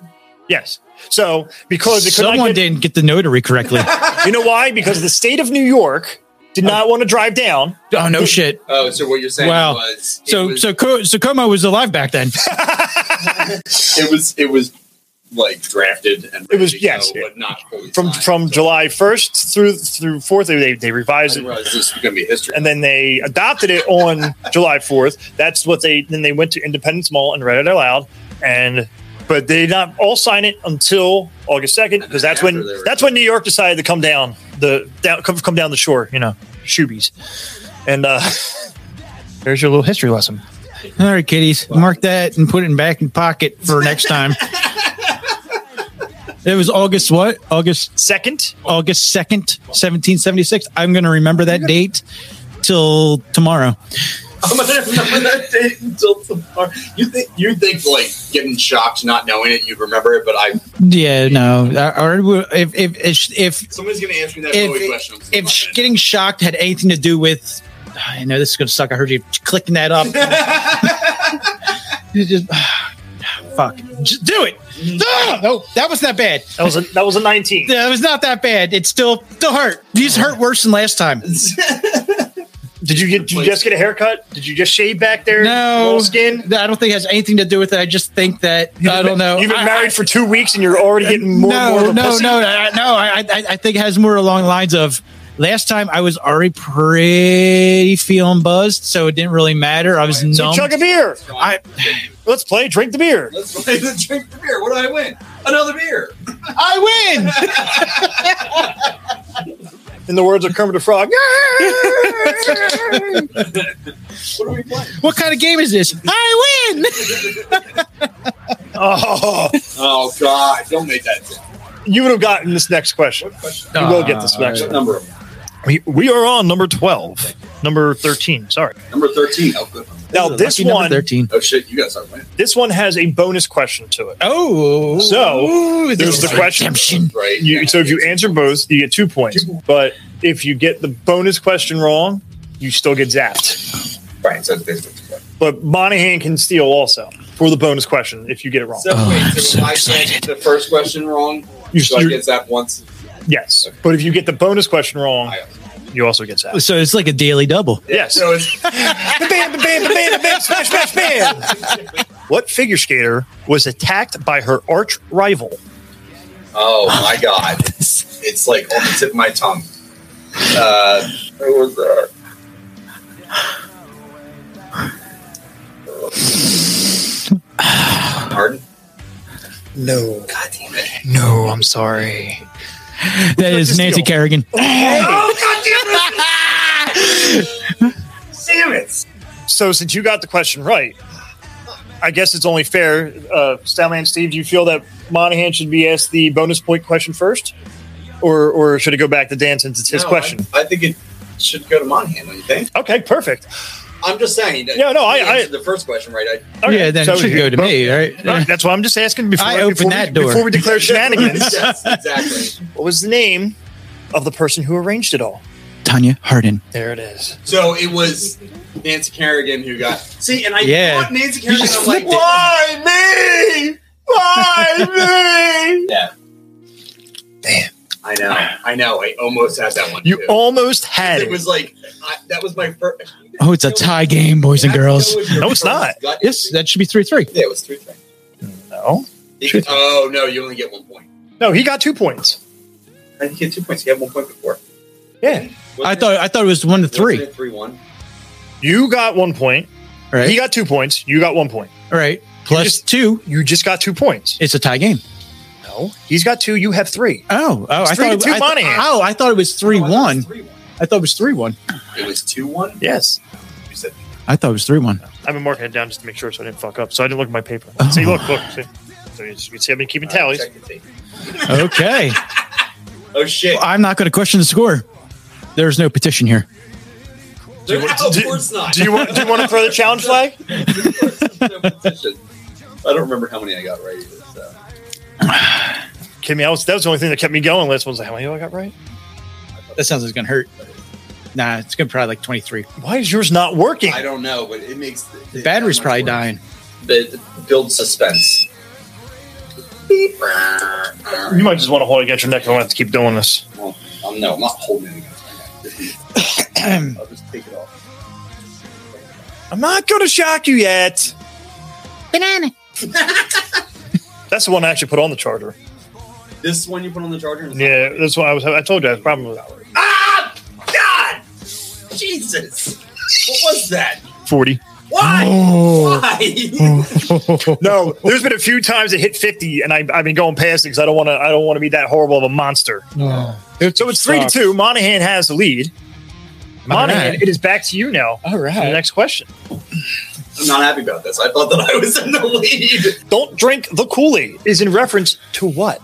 Speaker 1: Yes. So because it could not
Speaker 5: Someone
Speaker 1: get-
Speaker 5: didn't get the notary correctly.
Speaker 1: you know why? Because the state of New York did not want to drive down.
Speaker 5: oh no, shit.
Speaker 6: Oh, so what you're saying
Speaker 5: Wow.
Speaker 6: was it
Speaker 5: So
Speaker 6: was,
Speaker 5: so Co- so Como was alive back then.
Speaker 6: it was it was like drafted and
Speaker 1: It was-
Speaker 6: ready to
Speaker 1: yes,
Speaker 6: go, but not fully
Speaker 1: From
Speaker 6: signed.
Speaker 1: from
Speaker 6: So
Speaker 1: July 1st through through 4th, they, they
Speaker 6: I
Speaker 1: revised
Speaker 6: didn't
Speaker 1: it.
Speaker 6: realize this was going to be history.
Speaker 1: and then they adopted it on July 4th. That's what they then they went to Independence Mall and read it aloud. And but they did not all sign it until August 2nd because that's when
Speaker 6: After they were-
Speaker 1: that's when New York decided to come down the down come, come down the shore, you know, shoobies. And uh there's your little history lesson.
Speaker 5: All right, kiddies, mark that and put it in back in pocket for next time. it was August what? August
Speaker 1: Second,
Speaker 5: August second, seventeen seventy six. I'm going to remember that date till tomorrow.
Speaker 6: I'm going to remember that date until tomorrow. You think you think like getting shocked, not knowing it, you remember it, but I
Speaker 5: Yeah, no. I- I would- If if if if,
Speaker 6: somebody's going to answer me that Bowie question. I'm
Speaker 5: if,
Speaker 6: still
Speaker 5: if
Speaker 6: not
Speaker 5: sh-
Speaker 6: gonna
Speaker 5: getting shocked had anything to do with, I know this is going to suck. I heard you clicking that up. You just- fuck, just do it.
Speaker 1: Mm-hmm.
Speaker 5: No, no, that was not bad.
Speaker 1: that was a that was a 19.
Speaker 5: Yeah, it was not that bad. It still still hurt. These hurt worse than last time.
Speaker 1: Did you get did you just get a haircut? Did you just shave back there?
Speaker 5: No
Speaker 1: Little skin?
Speaker 5: I don't think it has anything to do with it. I just think that I don't know.
Speaker 1: You've been
Speaker 5: I-
Speaker 1: married for two weeks and you're already getting more and
Speaker 5: no,
Speaker 1: more of a
Speaker 5: no,
Speaker 1: pussy?
Speaker 5: no, I- no. I, I, I think it has more along the lines of last time. I was already pretty feeling buzzed, so it didn't really matter. I was
Speaker 1: So
Speaker 5: numb.
Speaker 1: chug a beer.
Speaker 5: I,
Speaker 1: Let's play drink the beer.
Speaker 6: Let's play the drink the beer. What do I win? Another beer.
Speaker 5: I win.
Speaker 1: In the words of Kermit the Frog,
Speaker 6: What are we playing?
Speaker 5: what kind of game is this? I win.
Speaker 1: oh,
Speaker 6: Oh God! Don't make that. Sound.
Speaker 1: you would have gotten this next question.
Speaker 6: What question?
Speaker 1: You will get this next
Speaker 6: What
Speaker 1: one.
Speaker 6: number? am
Speaker 1: We, we are on number 12, number 13. Sorry.
Speaker 6: I? Number thirteen. Oh good.
Speaker 1: Now, this
Speaker 5: Lucky number
Speaker 1: one,
Speaker 5: thirteen.
Speaker 6: Oh shit! You guys are winning.
Speaker 1: this one has a bonus question to it.
Speaker 5: Oh,
Speaker 1: So,
Speaker 5: Ooh,
Speaker 1: there's
Speaker 5: this
Speaker 1: the
Speaker 5: is
Speaker 1: question.
Speaker 5: Redemption.
Speaker 6: Right.
Speaker 1: You, so if you answer both, you get two points. But if you get the bonus question wrong, you still get zapped.
Speaker 6: Right. So it's basically.
Speaker 1: But Monahan can steal also for the bonus question if you get it wrong.
Speaker 6: So
Speaker 5: Oh,
Speaker 6: wait, so if I get the first question wrong,
Speaker 1: You-
Speaker 6: so I
Speaker 1: you-
Speaker 6: get that once.
Speaker 1: yes. But if you get the bonus question wrong,
Speaker 6: I-
Speaker 1: you also get zapped.
Speaker 5: So it's like a daily double.
Speaker 1: Yes.
Speaker 6: So it's
Speaker 1: Bam, bam, bam, bam, bam, smash, smash, bam. What figure skater was attacked by her arch rival?
Speaker 6: oh my god, it's like on the tip of my tongue. Uh, what was that? Pardon?
Speaker 1: No.
Speaker 6: God damn it!
Speaker 1: No, I'm sorry.
Speaker 5: That is
Speaker 1: Steal.
Speaker 5: Nancy Kerrigan.
Speaker 1: So since you got the question right, I guess it's only fair. Uh, Statman Steve, do you feel that Monahan should be asked the bonus point question first? Or, or should it go back to Dan since it's his
Speaker 6: No,
Speaker 1: question?
Speaker 6: I, I think it should go to Monahan, don't you think?
Speaker 1: okay, perfect.
Speaker 6: I'm just saying. that
Speaker 1: Yeah, no,
Speaker 6: he
Speaker 1: I- I-
Speaker 6: answered the first question right. I,
Speaker 1: Okay,
Speaker 5: yeah, then
Speaker 1: so
Speaker 5: it should
Speaker 1: you-
Speaker 5: go to
Speaker 1: but-
Speaker 5: me, right?
Speaker 1: Right, that's why I'm just asking before
Speaker 5: I opened
Speaker 1: before we-
Speaker 5: that door.
Speaker 1: before we declare shenanigans.
Speaker 6: yes, exactly.
Speaker 1: what was the name of the person who arranged it all?
Speaker 5: Tanya Hardin.
Speaker 1: There it is.
Speaker 6: So it was Nancy Kerrigan who got. See, and I
Speaker 5: Yeah.
Speaker 6: thought Nancy Kerrigan.
Speaker 5: just
Speaker 6: I'm like,
Speaker 5: flipped it.
Speaker 6: why me? Why me? Yeah.
Speaker 1: Damn.
Speaker 6: I know. I know. I almost had that one.
Speaker 1: You
Speaker 6: too.
Speaker 1: almost had
Speaker 6: It
Speaker 1: it.
Speaker 6: was like I, that was my first.
Speaker 5: Oh, it's a tie game, boys and girls.
Speaker 1: No, it's not.
Speaker 5: Yes, that should be three three.
Speaker 6: Yeah, it was three three.
Speaker 1: No.
Speaker 6: You- Oh no, you only get one point.
Speaker 1: No, he got two points.
Speaker 6: I didn't get two points. You uh, had one point before.
Speaker 1: Yeah.
Speaker 5: I
Speaker 6: Wasn't
Speaker 5: thought I thought it was one to
Speaker 6: it- wasn't
Speaker 5: three.
Speaker 6: it Three one.
Speaker 1: You got one point.
Speaker 5: Right,
Speaker 1: He got two points. You got one point.
Speaker 5: All right. Plus
Speaker 1: just-
Speaker 5: two.
Speaker 1: You just got two points.
Speaker 5: It's a tie game.
Speaker 1: No. He's got two. You have three.
Speaker 5: Oh, oh, I
Speaker 1: three
Speaker 5: thought
Speaker 1: to
Speaker 5: it,
Speaker 1: two
Speaker 5: I,
Speaker 1: money.
Speaker 5: oh, I thought it was three one.
Speaker 6: Three one.
Speaker 5: I thought it was three one.
Speaker 6: It was two one.
Speaker 1: Yes.
Speaker 6: You said
Speaker 5: I thought it was three one.
Speaker 1: I've been marking it down just to make sure so I didn't fuck up. So I didn't look at my paper. See, look, look. See. So you can see I've been keeping tallies.
Speaker 6: Uh, check the tape.
Speaker 5: Okay,
Speaker 6: Oh shit!
Speaker 5: I'm not going to question the score. There's no petition here.
Speaker 6: There-
Speaker 1: want-
Speaker 6: oh, of
Speaker 1: do-
Speaker 6: course not.
Speaker 1: Do you want? Do you want to throw the challenge flag?
Speaker 6: I don't remember how many I got right either. So.
Speaker 1: Kidding me? I was, that was the only thing that kept me going. Last one was like, how many do I got right?
Speaker 5: That sounds like it's going to hurt. Nah, it's going to probably like twenty three.
Speaker 1: Why is yours not working?
Speaker 6: I don't know, but it makes the,
Speaker 5: The battery's probably dying.
Speaker 6: It builds suspense. Beep.
Speaker 1: You
Speaker 6: All right.
Speaker 1: might just want to hold it against your neck. I want to keep doing this.
Speaker 6: Well, um, no, I'm not holding it against my neck. I'll just take it off.
Speaker 1: I'm not going to shock you yet.
Speaker 5: Banana.
Speaker 1: That's the one I actually put on the charger.
Speaker 6: This one you put on the charger. and-
Speaker 1: Yeah, that's what I was. I told you I had a problem with that.
Speaker 6: Ah, God, Jesus! What was that?
Speaker 1: Forty.
Speaker 6: Why?
Speaker 5: Oh.
Speaker 6: Why?
Speaker 1: No, there's been a few times it hit fifty, and I, I've been going past it because I don't want to. I don't want to be that horrible of a monster. So it's three to two. Monahan has the lead. Monahan,
Speaker 5: right.
Speaker 1: it is back to you now.
Speaker 5: All
Speaker 1: for The
Speaker 5: right.
Speaker 1: next question.
Speaker 6: I'm not happy about this. I thought that I was in the lead.
Speaker 1: Don't drink the Kool Aid is in reference to what?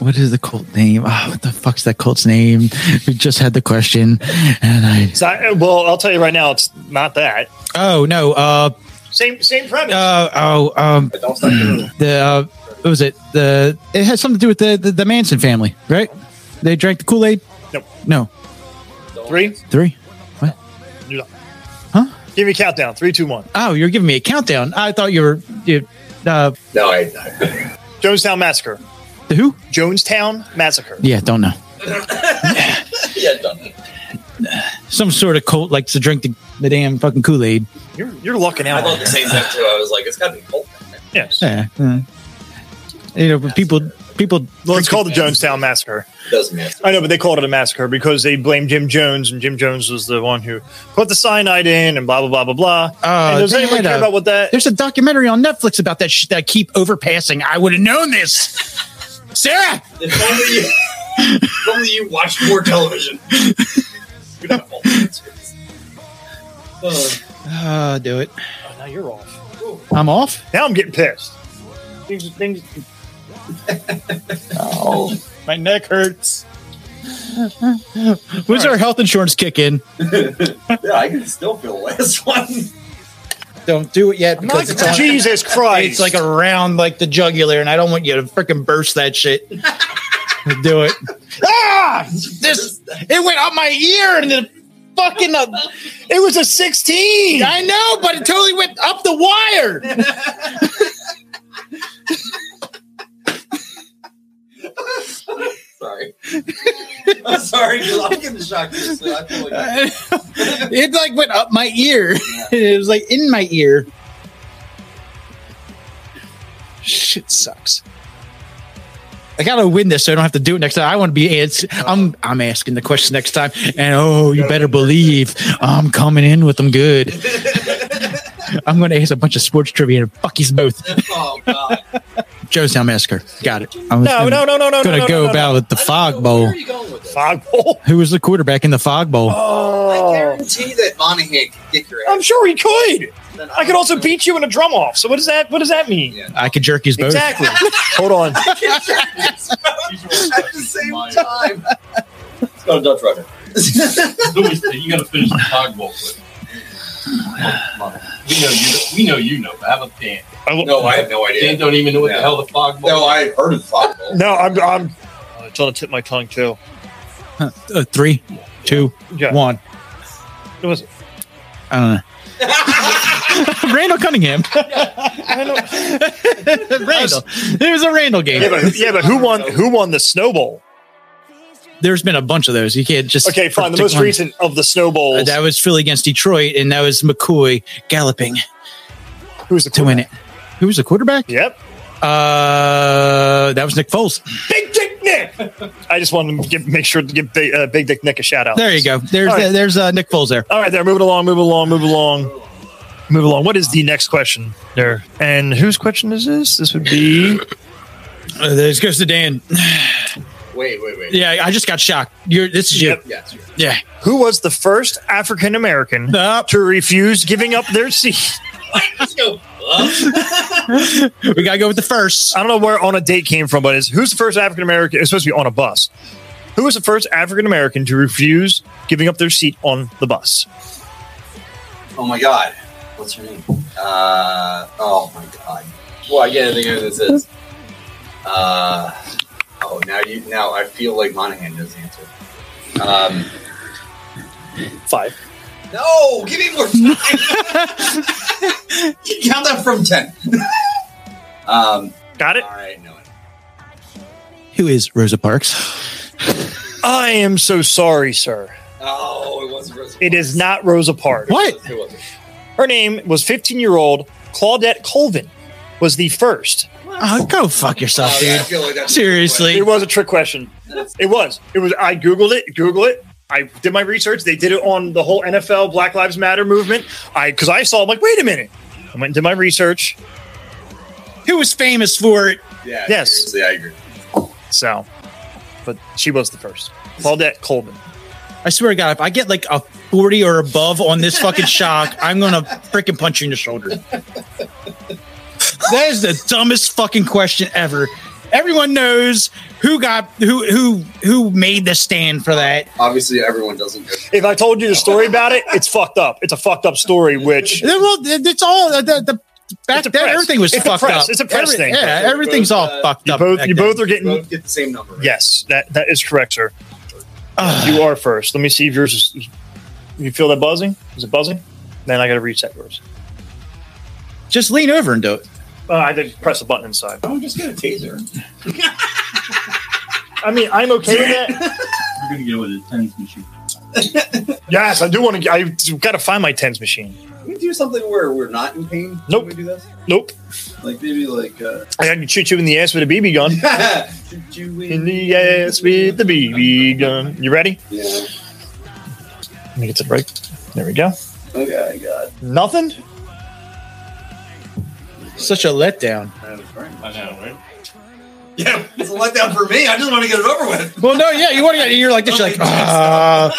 Speaker 5: What is the cult name? Oh, what the fuck's that cult's name? We just had the question, and I.
Speaker 1: So I- well, I'll tell you right now, it's not that.
Speaker 5: Oh no. Uh.
Speaker 1: Same same premise.
Speaker 5: Uh. Oh. Um.
Speaker 6: But don't stop doing it.
Speaker 5: the uh, what was it? The it had something to do with the the, the Manson family, right? They drank the Kool Aid.
Speaker 1: Nope.
Speaker 5: No,
Speaker 1: Three.
Speaker 5: three.
Speaker 1: Give me a countdown. Three, two, one.
Speaker 5: Oh, you're giving me a countdown. I thought you were you, uh,
Speaker 6: No, I. I
Speaker 1: Jonestown massacre.
Speaker 5: the who?
Speaker 1: Jonestown massacre.
Speaker 5: Yeah, don't know.
Speaker 6: yeah, done it.
Speaker 5: Some sort of cult likes to drink the, the damn fucking Kool Aid.
Speaker 1: You're you're lucking
Speaker 6: I
Speaker 1: out.
Speaker 6: thought the same thing too. I was like, it's got to be cold.
Speaker 1: Yes.
Speaker 5: Yeah, yeah. you know, but people people.
Speaker 1: Well, it's called the Jonestown massacre.
Speaker 6: It doesn't matter.
Speaker 1: I know, but they called it a massacre because they blamed Jim Jones, and Jim Jones was the one who put the cyanide in, and blah blah blah blah blah.
Speaker 5: Uh,
Speaker 1: and does
Speaker 5: they
Speaker 1: anyone
Speaker 5: had
Speaker 1: care
Speaker 5: a-
Speaker 1: about what that?
Speaker 5: There's a documentary on Netflix about that shit that I keep overpassing. I would have known this, Sarah.
Speaker 6: If only you, if only you watched more television. We'd have all the answers. Uh,
Speaker 5: Uh, do it.
Speaker 1: Oh, now you're off.
Speaker 5: I'm off.
Speaker 1: Now I'm getting pissed. Things, things.
Speaker 5: My neck hurts. When's our health insurance kick in?
Speaker 6: yeah, I can still feel the last one.
Speaker 5: Don't do it yet because it's, on,
Speaker 1: Jesus Christ!
Speaker 5: it's like around like the jugular, and I don't want you to freaking burst that shit. do it. Ah, this it went up my ear and the fucking. Uh,
Speaker 1: it was a sixteen.
Speaker 5: I know, but it totally went up the wire.
Speaker 6: Sorry. I'm sorry. 'cause I'm getting shocked. So I feel like
Speaker 5: it like went up my ear. it was like in my ear. Shit sucks. I gotta win this so I don't have to do it next time. I want to be ans- I'm I'm asking the questions next time, and oh, you better believe I'm coming in with them good. I'm going to ask a bunch of sports trivia and fuck you both.
Speaker 3: Oh god.
Speaker 5: Joestown Massacre. Got it. I'm
Speaker 1: No, no, no, no, no.
Speaker 5: Going
Speaker 1: no,
Speaker 5: to
Speaker 1: no,
Speaker 5: go
Speaker 1: no, no.
Speaker 5: about with the Fog Bowl.
Speaker 3: Where are you going with this?
Speaker 1: Fog bowl.
Speaker 5: Who was the quarterback in the Fog Bowl?
Speaker 3: I
Speaker 1: Oh,
Speaker 3: guarantee that Monahan could kick your
Speaker 1: I'm
Speaker 3: ass.
Speaker 1: sure he could.
Speaker 3: Then
Speaker 1: I could also beat you in a drum off. So what does that? What does that mean?
Speaker 3: Yeah.
Speaker 5: I could jerk you both.
Speaker 1: Exactly. Hold on.
Speaker 3: at the same time.
Speaker 6: Let's
Speaker 1: Oh,
Speaker 6: go to Dutch Rudder.
Speaker 7: Louis, you got to finish the dog bowl. With. Come on, come on. We know you. Know, we know you know. But have a Dan.
Speaker 6: No, I have no
Speaker 7: Dan
Speaker 6: idea.
Speaker 7: don't even know what
Speaker 6: Yeah.
Speaker 7: the hell the fog bowl.
Speaker 6: No,
Speaker 7: is.
Speaker 6: I heard of the Fog Bowl.
Speaker 1: No, I'm. I'm. Oh, it's on the tip of my tongue too.
Speaker 5: Uh, three, two,
Speaker 1: Yeah.
Speaker 5: one.
Speaker 1: It was.
Speaker 5: I don't know. Randall Cunningham.
Speaker 1: I know.
Speaker 5: Randall. It was a Randall game.
Speaker 1: Yeah, but, yeah, but who won? Who won the snowball?
Speaker 5: There's been a bunch of those. You can't just
Speaker 1: Okay, fine. The most
Speaker 5: pick one.
Speaker 1: recent of the
Speaker 5: Uh,
Speaker 1: snowballs.
Speaker 5: that was Philly against Detroit, and that was McCoy galloping
Speaker 1: Who's the
Speaker 5: to win it. Who was the quarterback?
Speaker 1: Yep.
Speaker 5: Uh, that was Nick Foles.
Speaker 1: Big Dick Nick. I just wanted to give, make sure to give Big, uh, Big Dick Nick a shout out.
Speaker 5: There you go. There's
Speaker 1: All right.
Speaker 5: there's uh, Nick Foles there.
Speaker 1: All right, there. Moving along. Moving along. Moving along. Move along. What is the next question there? And whose question is this? This would be
Speaker 5: Uh, this goes to Dan.
Speaker 3: Wait, wait, wait.
Speaker 5: Yeah, I just got shocked. You're this is you.
Speaker 1: Yep.
Speaker 3: Yes, you're right.
Speaker 5: Yeah.
Speaker 1: who was the first African American
Speaker 5: Nope.
Speaker 1: to refuse giving up their seat?
Speaker 5: We gotta go with the first.
Speaker 1: I don't know where on a date came from, but it's who's the first African American? It's supposed to be on a bus. Who was the first African American to refuse giving up their seat on the bus?
Speaker 6: Oh my god. What's her name?
Speaker 3: Uh, oh my god. Well, I can't think of who this is. Uh, oh, now you now I feel like Monahan knows the answer. Um,
Speaker 1: Five.
Speaker 3: no, give me more.
Speaker 6: Count that from 10.
Speaker 3: um,
Speaker 1: Got
Speaker 3: all
Speaker 1: it?
Speaker 3: right, no. it.
Speaker 5: Who is Rosa Parks?
Speaker 1: I am so sorry, sir.
Speaker 3: Oh, it wasn't. Rosa
Speaker 1: It is not Rosa Parks.
Speaker 5: What?
Speaker 3: Who was it?
Speaker 1: Her name was 15 year old Claudette Colvin, was the first.
Speaker 5: Oh, go fuck yourself,
Speaker 3: Oh, yeah, I
Speaker 5: dude.
Speaker 3: feel like that's
Speaker 5: Seriously.
Speaker 1: It was a trick question. It was. It was. I Googled it. Google it. I did my research. They did it on the whole NFL Black Lives Matter movement. I, because I saw, I'm like, wait a minute. I went and did my research.
Speaker 5: Who was famous for it?
Speaker 3: Yeah,
Speaker 1: Yes.
Speaker 3: Seriously, I agree.
Speaker 1: So, but she was the first. Claudette Colvin.
Speaker 5: I swear to God, if I get like a 40 or above on this fucking shock, I'm gonna freaking punch you in the shoulder. That is the dumbest fucking question ever. Everyone knows who got who who who made the stand for that.
Speaker 1: Uh,
Speaker 3: Obviously, everyone doesn't go.
Speaker 1: If I told you the story about it, it's fucked up. It's a fucked up story, which
Speaker 5: They're- Well, it's all uh, the, the back
Speaker 1: It's a
Speaker 5: then.
Speaker 1: press.
Speaker 5: Everything was
Speaker 1: It's a
Speaker 5: fucked
Speaker 1: press.
Speaker 5: up.
Speaker 1: It's a press thing.
Speaker 5: Yeah,
Speaker 3: Both,
Speaker 5: everything's all
Speaker 3: uh,
Speaker 5: fucked
Speaker 1: you
Speaker 5: up.
Speaker 1: both
Speaker 5: back
Speaker 1: you
Speaker 5: then.
Speaker 1: both are
Speaker 3: You
Speaker 1: getting
Speaker 3: Both get the same number. right?
Speaker 1: yes, that that is correct, sir.
Speaker 5: Ugh.
Speaker 1: You are first. Let me see if yours is you feel that buzzing? Is it buzzing? Then I gotta reset yours.
Speaker 5: just lean over and do it.
Speaker 1: Uh, I did press the button inside.
Speaker 6: I'm Oh, just get a taser.
Speaker 1: I mean I'm okay with that.
Speaker 7: We're gonna go with a tens machine.
Speaker 1: yes, I do want to I gotta find my tens machine.
Speaker 6: Can we do something where we're not in pain?
Speaker 1: Nope.
Speaker 6: Can we do this?
Speaker 1: Nope.
Speaker 6: Like maybe like uh
Speaker 1: I can shoot you in the ass with a BB gun.
Speaker 6: did you win?
Speaker 1: in the ass with the BB gun. You ready?
Speaker 6: Yeah.
Speaker 1: Let me get to the break. There we go.
Speaker 6: Okay, God.
Speaker 1: Nothing?
Speaker 5: Such a letdown.
Speaker 7: I know, right?
Speaker 6: Yeah, it's a letdown for me. I just want to get it over with.
Speaker 5: Well, no, yeah, you want to. You're like this. You're like, ah.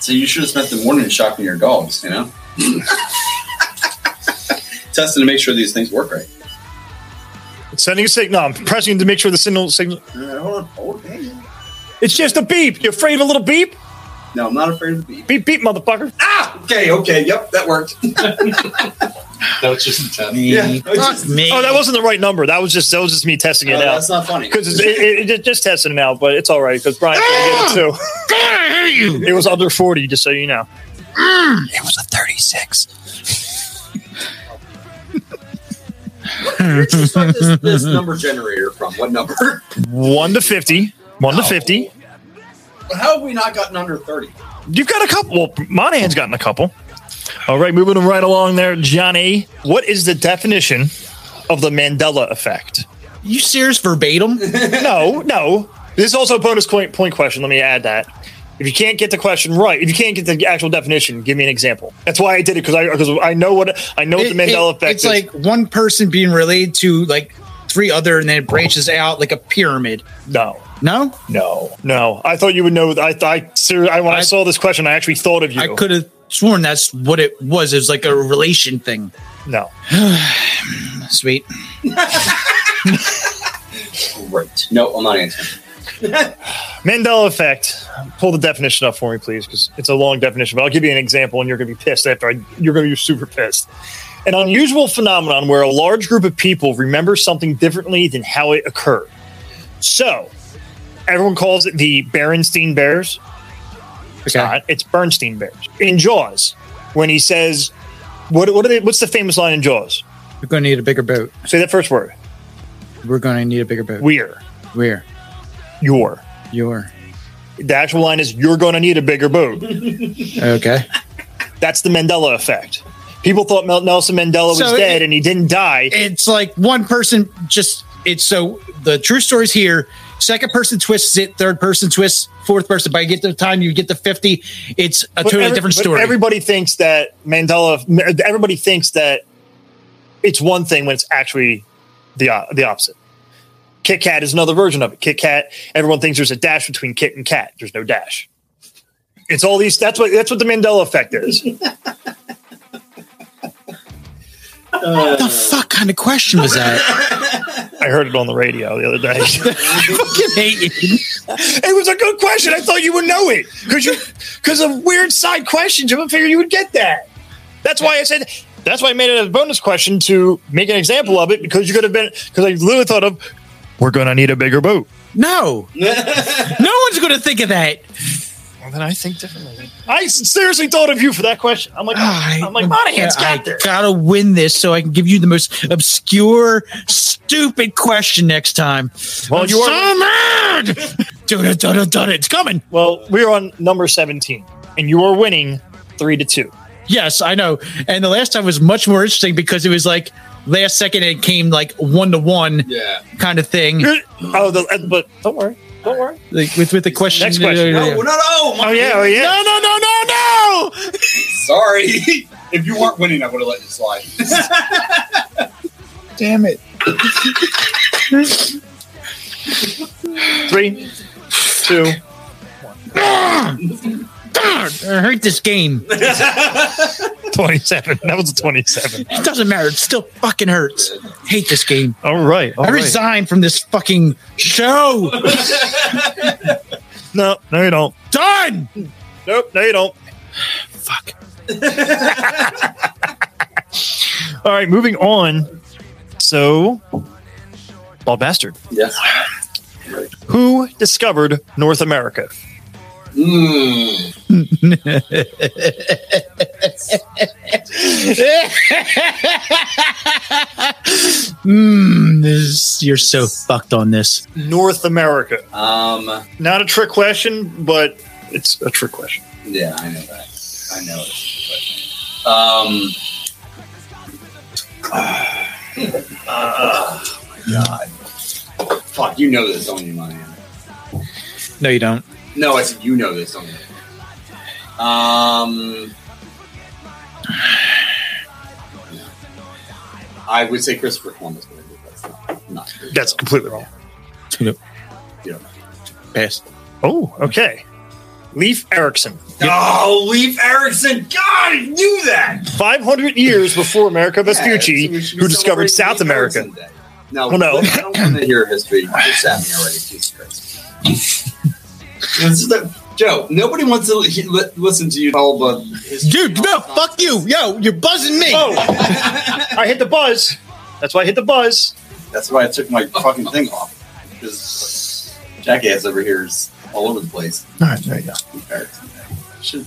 Speaker 6: So you should have spent the morning shocking your dogs, you know? Testing to make sure these things work right.
Speaker 1: Sending a signal. No, I'm pressing to make sure the signal signal.
Speaker 6: Uh, hold on, hold on.
Speaker 1: It's just a beep. You afraid of a little beep?
Speaker 6: No, I'm not afraid of the beat.
Speaker 1: Beep beep, motherfucker.
Speaker 6: Ah! Okay, okay, yep, that worked.
Speaker 7: That was just a ten.
Speaker 6: Yeah.
Speaker 5: Fuck me.
Speaker 1: Oh, that wasn't the right number. That was just that was just me testing it
Speaker 6: No,
Speaker 1: out
Speaker 6: Oh, that's not funny.
Speaker 1: because it, it, it just testing it out. But it's all right because Brian can get it too. It was under forty, just so you know.
Speaker 5: It was a 36.
Speaker 6: Where'd you start this-
Speaker 3: This number generator from what number?
Speaker 1: One to fifty. One to fifty.
Speaker 3: How have we not gotten under thirty?
Speaker 1: You've got a couple. Well, Monahan's gotten a couple. All right, moving them right along there, Johnny. What is the definition of the Mandela effect?
Speaker 5: You serious verbatim?
Speaker 1: No, no. This is also a bonus point point question. Let me add that. If you can't get the question right, if you can't get the actual definition, give me an example. That's why I did it because I because I know what I know what the
Speaker 5: It-
Speaker 1: Mandela
Speaker 5: it-
Speaker 1: effect
Speaker 5: It's
Speaker 1: is.
Speaker 5: like one person being related to like three other, and then it branches out like a pyramid.
Speaker 1: no,
Speaker 5: No,
Speaker 1: no, no. I thought you would know. I I seriously, I, when I,
Speaker 5: I-
Speaker 1: saw this question, I actually thought of you.
Speaker 5: I could have sworn that's what it was. It was like a relation thing.
Speaker 1: no.
Speaker 5: Sweet.
Speaker 3: Great. No, I'm not answering.
Speaker 1: Mandela effect. Pull the definition up for me, please, because it's a long definition. But I'll give you an example, and you're going to be pissed after I. You're going to be super pissed. An unusual phenomenon where a large group of people remember something differently than how it occurred. So, everyone calls it the Berenstein Bears. It's
Speaker 5: Okay.
Speaker 1: not. It's Bernstein Bears in Jaws when he says, "What? What are they? What's the famous line in Jaws?
Speaker 5: We're gonna need a bigger boat.
Speaker 1: Say that first word.
Speaker 5: We're gonna need a bigger boat.
Speaker 1: We're
Speaker 5: Where?
Speaker 1: your."
Speaker 5: Your.
Speaker 1: The actual line is, "You're going to need a bigger boat."
Speaker 5: Okay.
Speaker 1: That's the Mandela effect. People thought Mel- Nelson Mandela
Speaker 5: So
Speaker 1: was dead
Speaker 5: it-
Speaker 1: and he didn't die.
Speaker 5: It's like one person just. It's so the true story's here. Second person twists it. Third person twists. Fourth person. By get the time you get to fifty, it's a
Speaker 1: But
Speaker 5: totally
Speaker 1: every-
Speaker 5: different
Speaker 1: but
Speaker 5: story.
Speaker 1: everybody thinks that Mandela. Everybody thinks that it's one thing when it's actually the o- the opposite. Kit Kat is another version of it. Kit Kat. Everyone thinks there's a dash between Kit and Cat. There's no dash. It's all these. That's what that's what the Mandela effect is.
Speaker 5: what the fuck kind of question was that?
Speaker 1: I heard it on the radio the other day.
Speaker 5: Fucking hate you.
Speaker 1: it was a good question. I thought you would know it because you because of weird side questions. You would figure you would get that. That's why I said. That's why I made it a bonus question to make an example of it because you could have been because I literally thought of we're gonna need a bigger boat.
Speaker 5: No. no one's going to think of that.
Speaker 1: Well, then I think differently. I seriously thought of you for that question. I'm like,
Speaker 5: I,
Speaker 1: I'm like, Monahan's got this.
Speaker 5: gotta win this so I can give you the most obscure, stupid question next time.
Speaker 1: Well,
Speaker 5: I'm
Speaker 1: you are-
Speaker 5: so mad. Dun, dun, dun, dun, dun, it's coming.
Speaker 1: Well, we're on number 17, and you are winning three to two.
Speaker 5: Yes, I know. And the last time was much more interesting because it was like last second and it came like one to one
Speaker 6: Yeah.
Speaker 5: kind of thing.
Speaker 1: You're- oh, the, uh, but don't worry, don't worry.
Speaker 5: Like with with the question.
Speaker 1: Next question.
Speaker 6: No, no, no.
Speaker 1: Oh yeah, oh yeah. No, no, no, no, no.
Speaker 6: Sorry. if you weren't winning, I would have let you slide.
Speaker 5: Damn it.
Speaker 1: Three, two.
Speaker 5: God, I hate this game.
Speaker 1: 27. That was a 27.
Speaker 5: It doesn't matter. It still fucking hurts. Hate this game.
Speaker 1: All right. all
Speaker 5: I
Speaker 1: right.
Speaker 5: resign from this fucking show.
Speaker 1: No, no, you don't.
Speaker 5: Done.
Speaker 1: Nope, no, you don't.
Speaker 5: Fuck.
Speaker 1: All right, moving on. So, Bald Bastard,
Speaker 3: Yes.
Speaker 1: who discovered North America?
Speaker 3: Mm.
Speaker 5: Mm, this, you're so fucked on this.
Speaker 1: North America.
Speaker 3: Um.
Speaker 1: Not a trick question, but it's a trick question.
Speaker 3: Yeah, I know that. I know it. But, um. uh, oh my God. Fuck, you know this, don't you, my man?
Speaker 5: No, you don't.
Speaker 3: No, I said you know this, don't you? Um. I would say Christopher Columbus, but I think that's not. not true.
Speaker 1: That's completely wrong.
Speaker 3: You don't know.
Speaker 5: Pass.
Speaker 1: Oh, okay. Leif Erikson.
Speaker 6: Oh, Leaf Erickson. God, I knew that.
Speaker 1: 500 years before America Vespucci,
Speaker 3: Yeah, we should be
Speaker 1: who discovered
Speaker 3: celebrating
Speaker 1: South
Speaker 3: Leif
Speaker 1: America.
Speaker 3: Erikson Day. No,
Speaker 1: Well, no.
Speaker 3: I don't want to hear history. You're sad me already. Jesus Christ. This is the- Joe, nobody wants to li- li- listen to you all about history.
Speaker 5: Dude, no, fuck you. Yo, you're buzzing me.
Speaker 1: Oh, I hit the buzz. That's why I hit the buzz.
Speaker 3: That's why I took my fucking thing off. Because Jackass over here is all over the place.
Speaker 1: All right, there you go.
Speaker 3: Embarrassing. Should-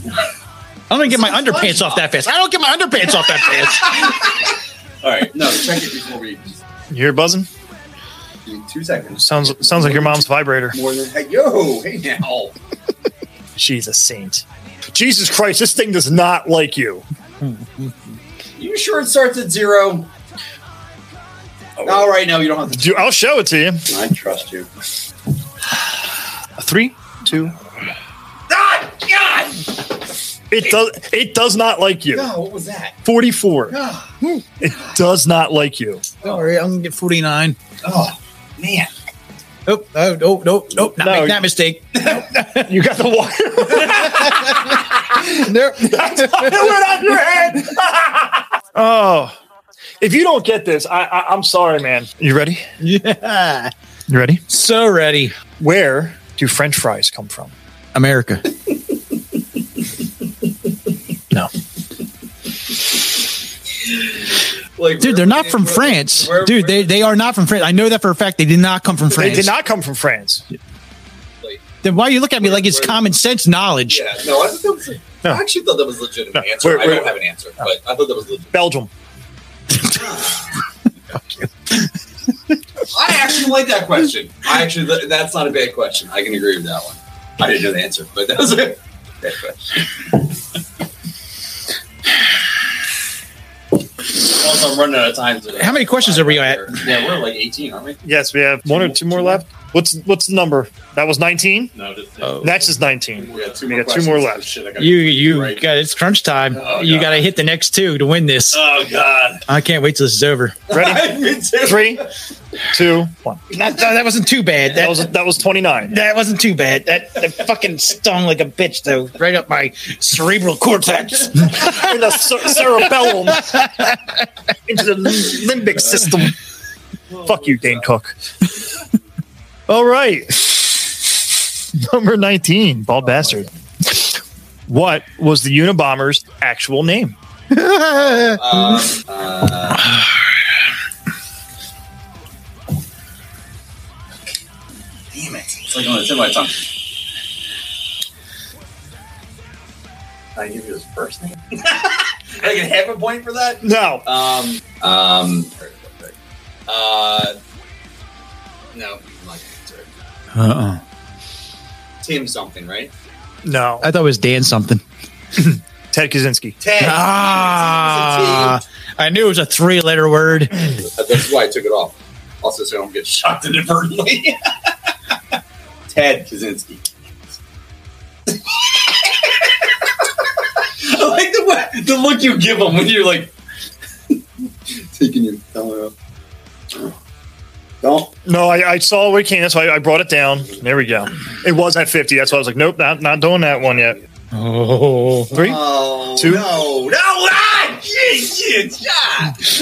Speaker 5: I'm going to get my underpants off that fast. I don't get my underpants off that fast.
Speaker 3: All right, no, check it before we. Just
Speaker 1: You hear buzzing?
Speaker 3: give me two seconds.
Speaker 1: Sounds sounds like your mom's vibrator.
Speaker 3: More than hey, yo, hey now.
Speaker 1: She's a saint. Jesus Christ, this thing does not like you.
Speaker 3: You sure it starts at zero?
Speaker 5: Oh.
Speaker 3: All right, no, you don't have to.
Speaker 1: Do- I'll show it to you.
Speaker 3: I trust you.
Speaker 1: Three, two. Ah,
Speaker 3: God
Speaker 6: God!
Speaker 1: It does. It does not like you.
Speaker 6: God, what was that?
Speaker 1: Forty-four.
Speaker 6: God.
Speaker 1: It does not like you.
Speaker 5: All right, I'm gonna get 49.
Speaker 6: Oh, man.
Speaker 5: Nope, oh, nope, nope, nope, not
Speaker 1: No.
Speaker 5: make that mistake.
Speaker 1: You got the water.
Speaker 5: Nope.
Speaker 1: Oh, if you don't get this, I, I I'm sorry, man. You ready?
Speaker 5: yeah.
Speaker 1: You ready?
Speaker 5: So ready.
Speaker 1: Where do French fries come from?
Speaker 5: America.
Speaker 1: No.
Speaker 6: Like,
Speaker 5: Dude, they're not from France.
Speaker 6: where-
Speaker 5: Dude, they, they are not from France. I know that for a fact. They did not come from France.
Speaker 1: They did not come from France.
Speaker 5: Then why you look at me like it's common sense knowledge?
Speaker 6: Yeah, no, I, thought that was,
Speaker 1: No.
Speaker 6: I actually thought that was a legitimate
Speaker 1: No,
Speaker 6: answer.
Speaker 1: we're-
Speaker 6: I
Speaker 1: we're-
Speaker 6: don't have an answer, but I thought that was legitimate.
Speaker 1: Belgium.
Speaker 6: I actually like that question. I actually, th- that's not a bad question. I can agree with that one. I didn't know the answer, but that was a bad question. also, I'm running out of time. Today.
Speaker 5: How many questions are we at?
Speaker 6: Yeah, we're like 18, aren't we?
Speaker 1: Yes, we have one or two more left. What's what's the number? That was nineteen.
Speaker 7: No, just
Speaker 1: That's just nineteen.
Speaker 6: We got two
Speaker 1: We got two more
Speaker 6: questions.
Speaker 1: left.
Speaker 6: Shit, I gotta-
Speaker 5: You you
Speaker 6: Right.
Speaker 5: got it's crunch time.
Speaker 6: Oh,
Speaker 5: you
Speaker 6: God.
Speaker 5: got to hit the next two to win this.
Speaker 6: Oh God!
Speaker 5: I can't wait till this is over.
Speaker 1: Ready?
Speaker 6: Me too.
Speaker 1: Three, two, one.
Speaker 5: That, that wasn't too bad.
Speaker 1: That was that was twenty nine.
Speaker 5: That wasn't too bad. That that fucking stung like a bitch though, right up my cerebral cortex.
Speaker 1: In the cer- cerebellum into the lim- limbic system. Fuck you, Dane Cook. All right. Number 19, Bald Bastard. What was the Unabomber's actual name?
Speaker 6: Um, uh, damn it! It's like on the tip of my tongue. I give you his first name. I get half a point for that.
Speaker 1: No.
Speaker 6: Um. Um. Uh. No, I'm not gonna answer it.
Speaker 5: Uh-uh.
Speaker 6: Tim something, right?
Speaker 1: No.
Speaker 5: I thought it was Dan something.
Speaker 1: Uh, Ted Kaczynski.
Speaker 6: Ted.
Speaker 5: Ah, I knew it was a three letter word.
Speaker 6: That's why I took it off. Also, so I don't get shocked inadvertently. Ted Kaczynski. I like the, way- the look you give him when you're like taking your thumb up. Don't.
Speaker 1: No, I, I saw what came, so I, I brought it down. There we go. It was at 50. That's why I was like, nope, not, not doing that one yet.
Speaker 5: Oh,
Speaker 1: Three,
Speaker 6: Oh,
Speaker 1: Two.
Speaker 6: No, no, ah, Jesus, God. What's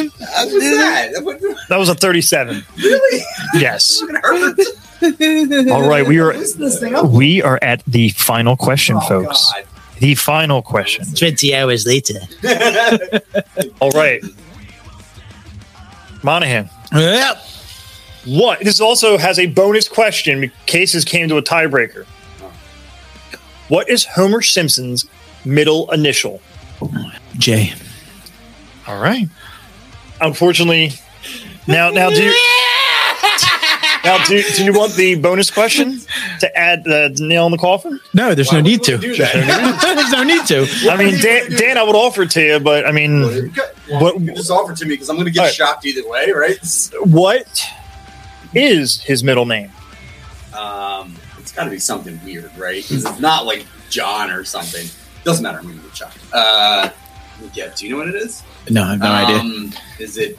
Speaker 6: that? That wasn't-
Speaker 1: That was a 37.
Speaker 6: Really?
Speaker 1: Yes.
Speaker 6: It hurt.
Speaker 1: All right, we are
Speaker 6: Loosen this thing up.
Speaker 1: we are at the final question,
Speaker 6: Oh,
Speaker 1: folks.
Speaker 6: God.
Speaker 1: The final question.
Speaker 5: 20 hours later.
Speaker 1: All right. Monahan.
Speaker 5: Yep.
Speaker 1: What? This also has a bonus question. in case this came to a tiebreaker.
Speaker 6: Oh.
Speaker 1: What is Homer Simpson's middle initial?
Speaker 5: Jay.
Speaker 1: All right. Unfortunately, now now do you now do, do you want the bonus question to add the nail in the coffin?
Speaker 5: No, there's no
Speaker 6: would
Speaker 5: need
Speaker 6: we
Speaker 5: to.
Speaker 6: do that?
Speaker 5: there's no need to.
Speaker 1: I mean, Dan, Dan, I would offer it to you, but I mean,
Speaker 6: Well, you just offer it to me because I'm going to get
Speaker 1: All right.
Speaker 6: shocked either way, right?
Speaker 1: what is his middle name?
Speaker 6: Um, it's got to be something weird, right? 'Cause it's not like John or something. Doesn't matter. I'm going to get shocked. Uh, yeah. Do you know what it is?
Speaker 5: No, I have no idea.
Speaker 6: Um, is it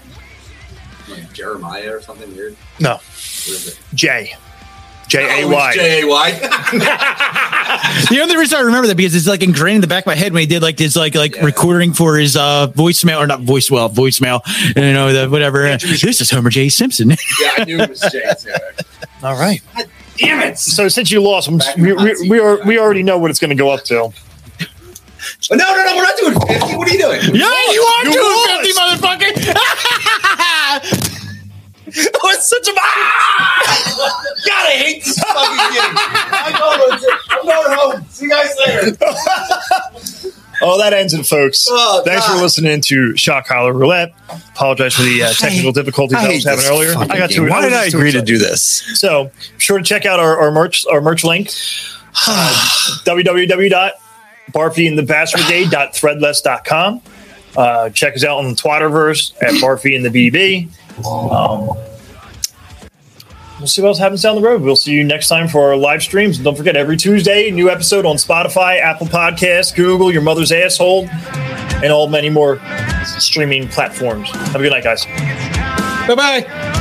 Speaker 6: like Jeremiah or something weird?
Speaker 1: No,
Speaker 6: What is it?
Speaker 1: J. J A
Speaker 6: Oh, it's
Speaker 1: Y.
Speaker 6: J A Y.
Speaker 5: The only reason I remember that because it's like ingrained in the back of my head when he did like this like like
Speaker 6: Yeah.
Speaker 5: recording for his uh voicemail or not voicemail voicemail you know the whatever. this is Homer J Simpson.
Speaker 6: Yeah, I knew it was J. Yeah.
Speaker 1: All right.
Speaker 6: Damn it!
Speaker 1: So since you lost, I'm
Speaker 6: Back
Speaker 1: we,
Speaker 6: in the hot
Speaker 1: we,
Speaker 6: seat.
Speaker 1: we, are, we already know what it's going to go up to.
Speaker 6: No, no, no. We're not doing fifty. What are you doing?
Speaker 5: yeah, you are
Speaker 1: You
Speaker 5: doing 50, motherfucker.
Speaker 6: Oh, it's such a. Ah! God, I hate this fucking game. I'm going home. I'm going home. See you guys later.
Speaker 1: Oh, that ends it, folks.
Speaker 6: Oh,
Speaker 1: Thanks
Speaker 6: God.
Speaker 1: for listening to Shock Collar Roulette. Apologize for the uh, technical difficulties I, was having earlier. I got too. was just too excited.
Speaker 6: this?
Speaker 1: So, be sure to check out our, our merch our merch link Uh, www.barfyandthebastardday.threadless.com. Uh, check us out on the Twitterverse at Barfy and the BB. Um, we'll see what else happens down the road. We'll see you next time for our live streams. And don't forget, every Tuesday, new episode on Spotify, Apple Podcasts, Google, Your Mother's Asshole, and all many more streaming platforms. Have a good night, guys.
Speaker 5: Bye bye.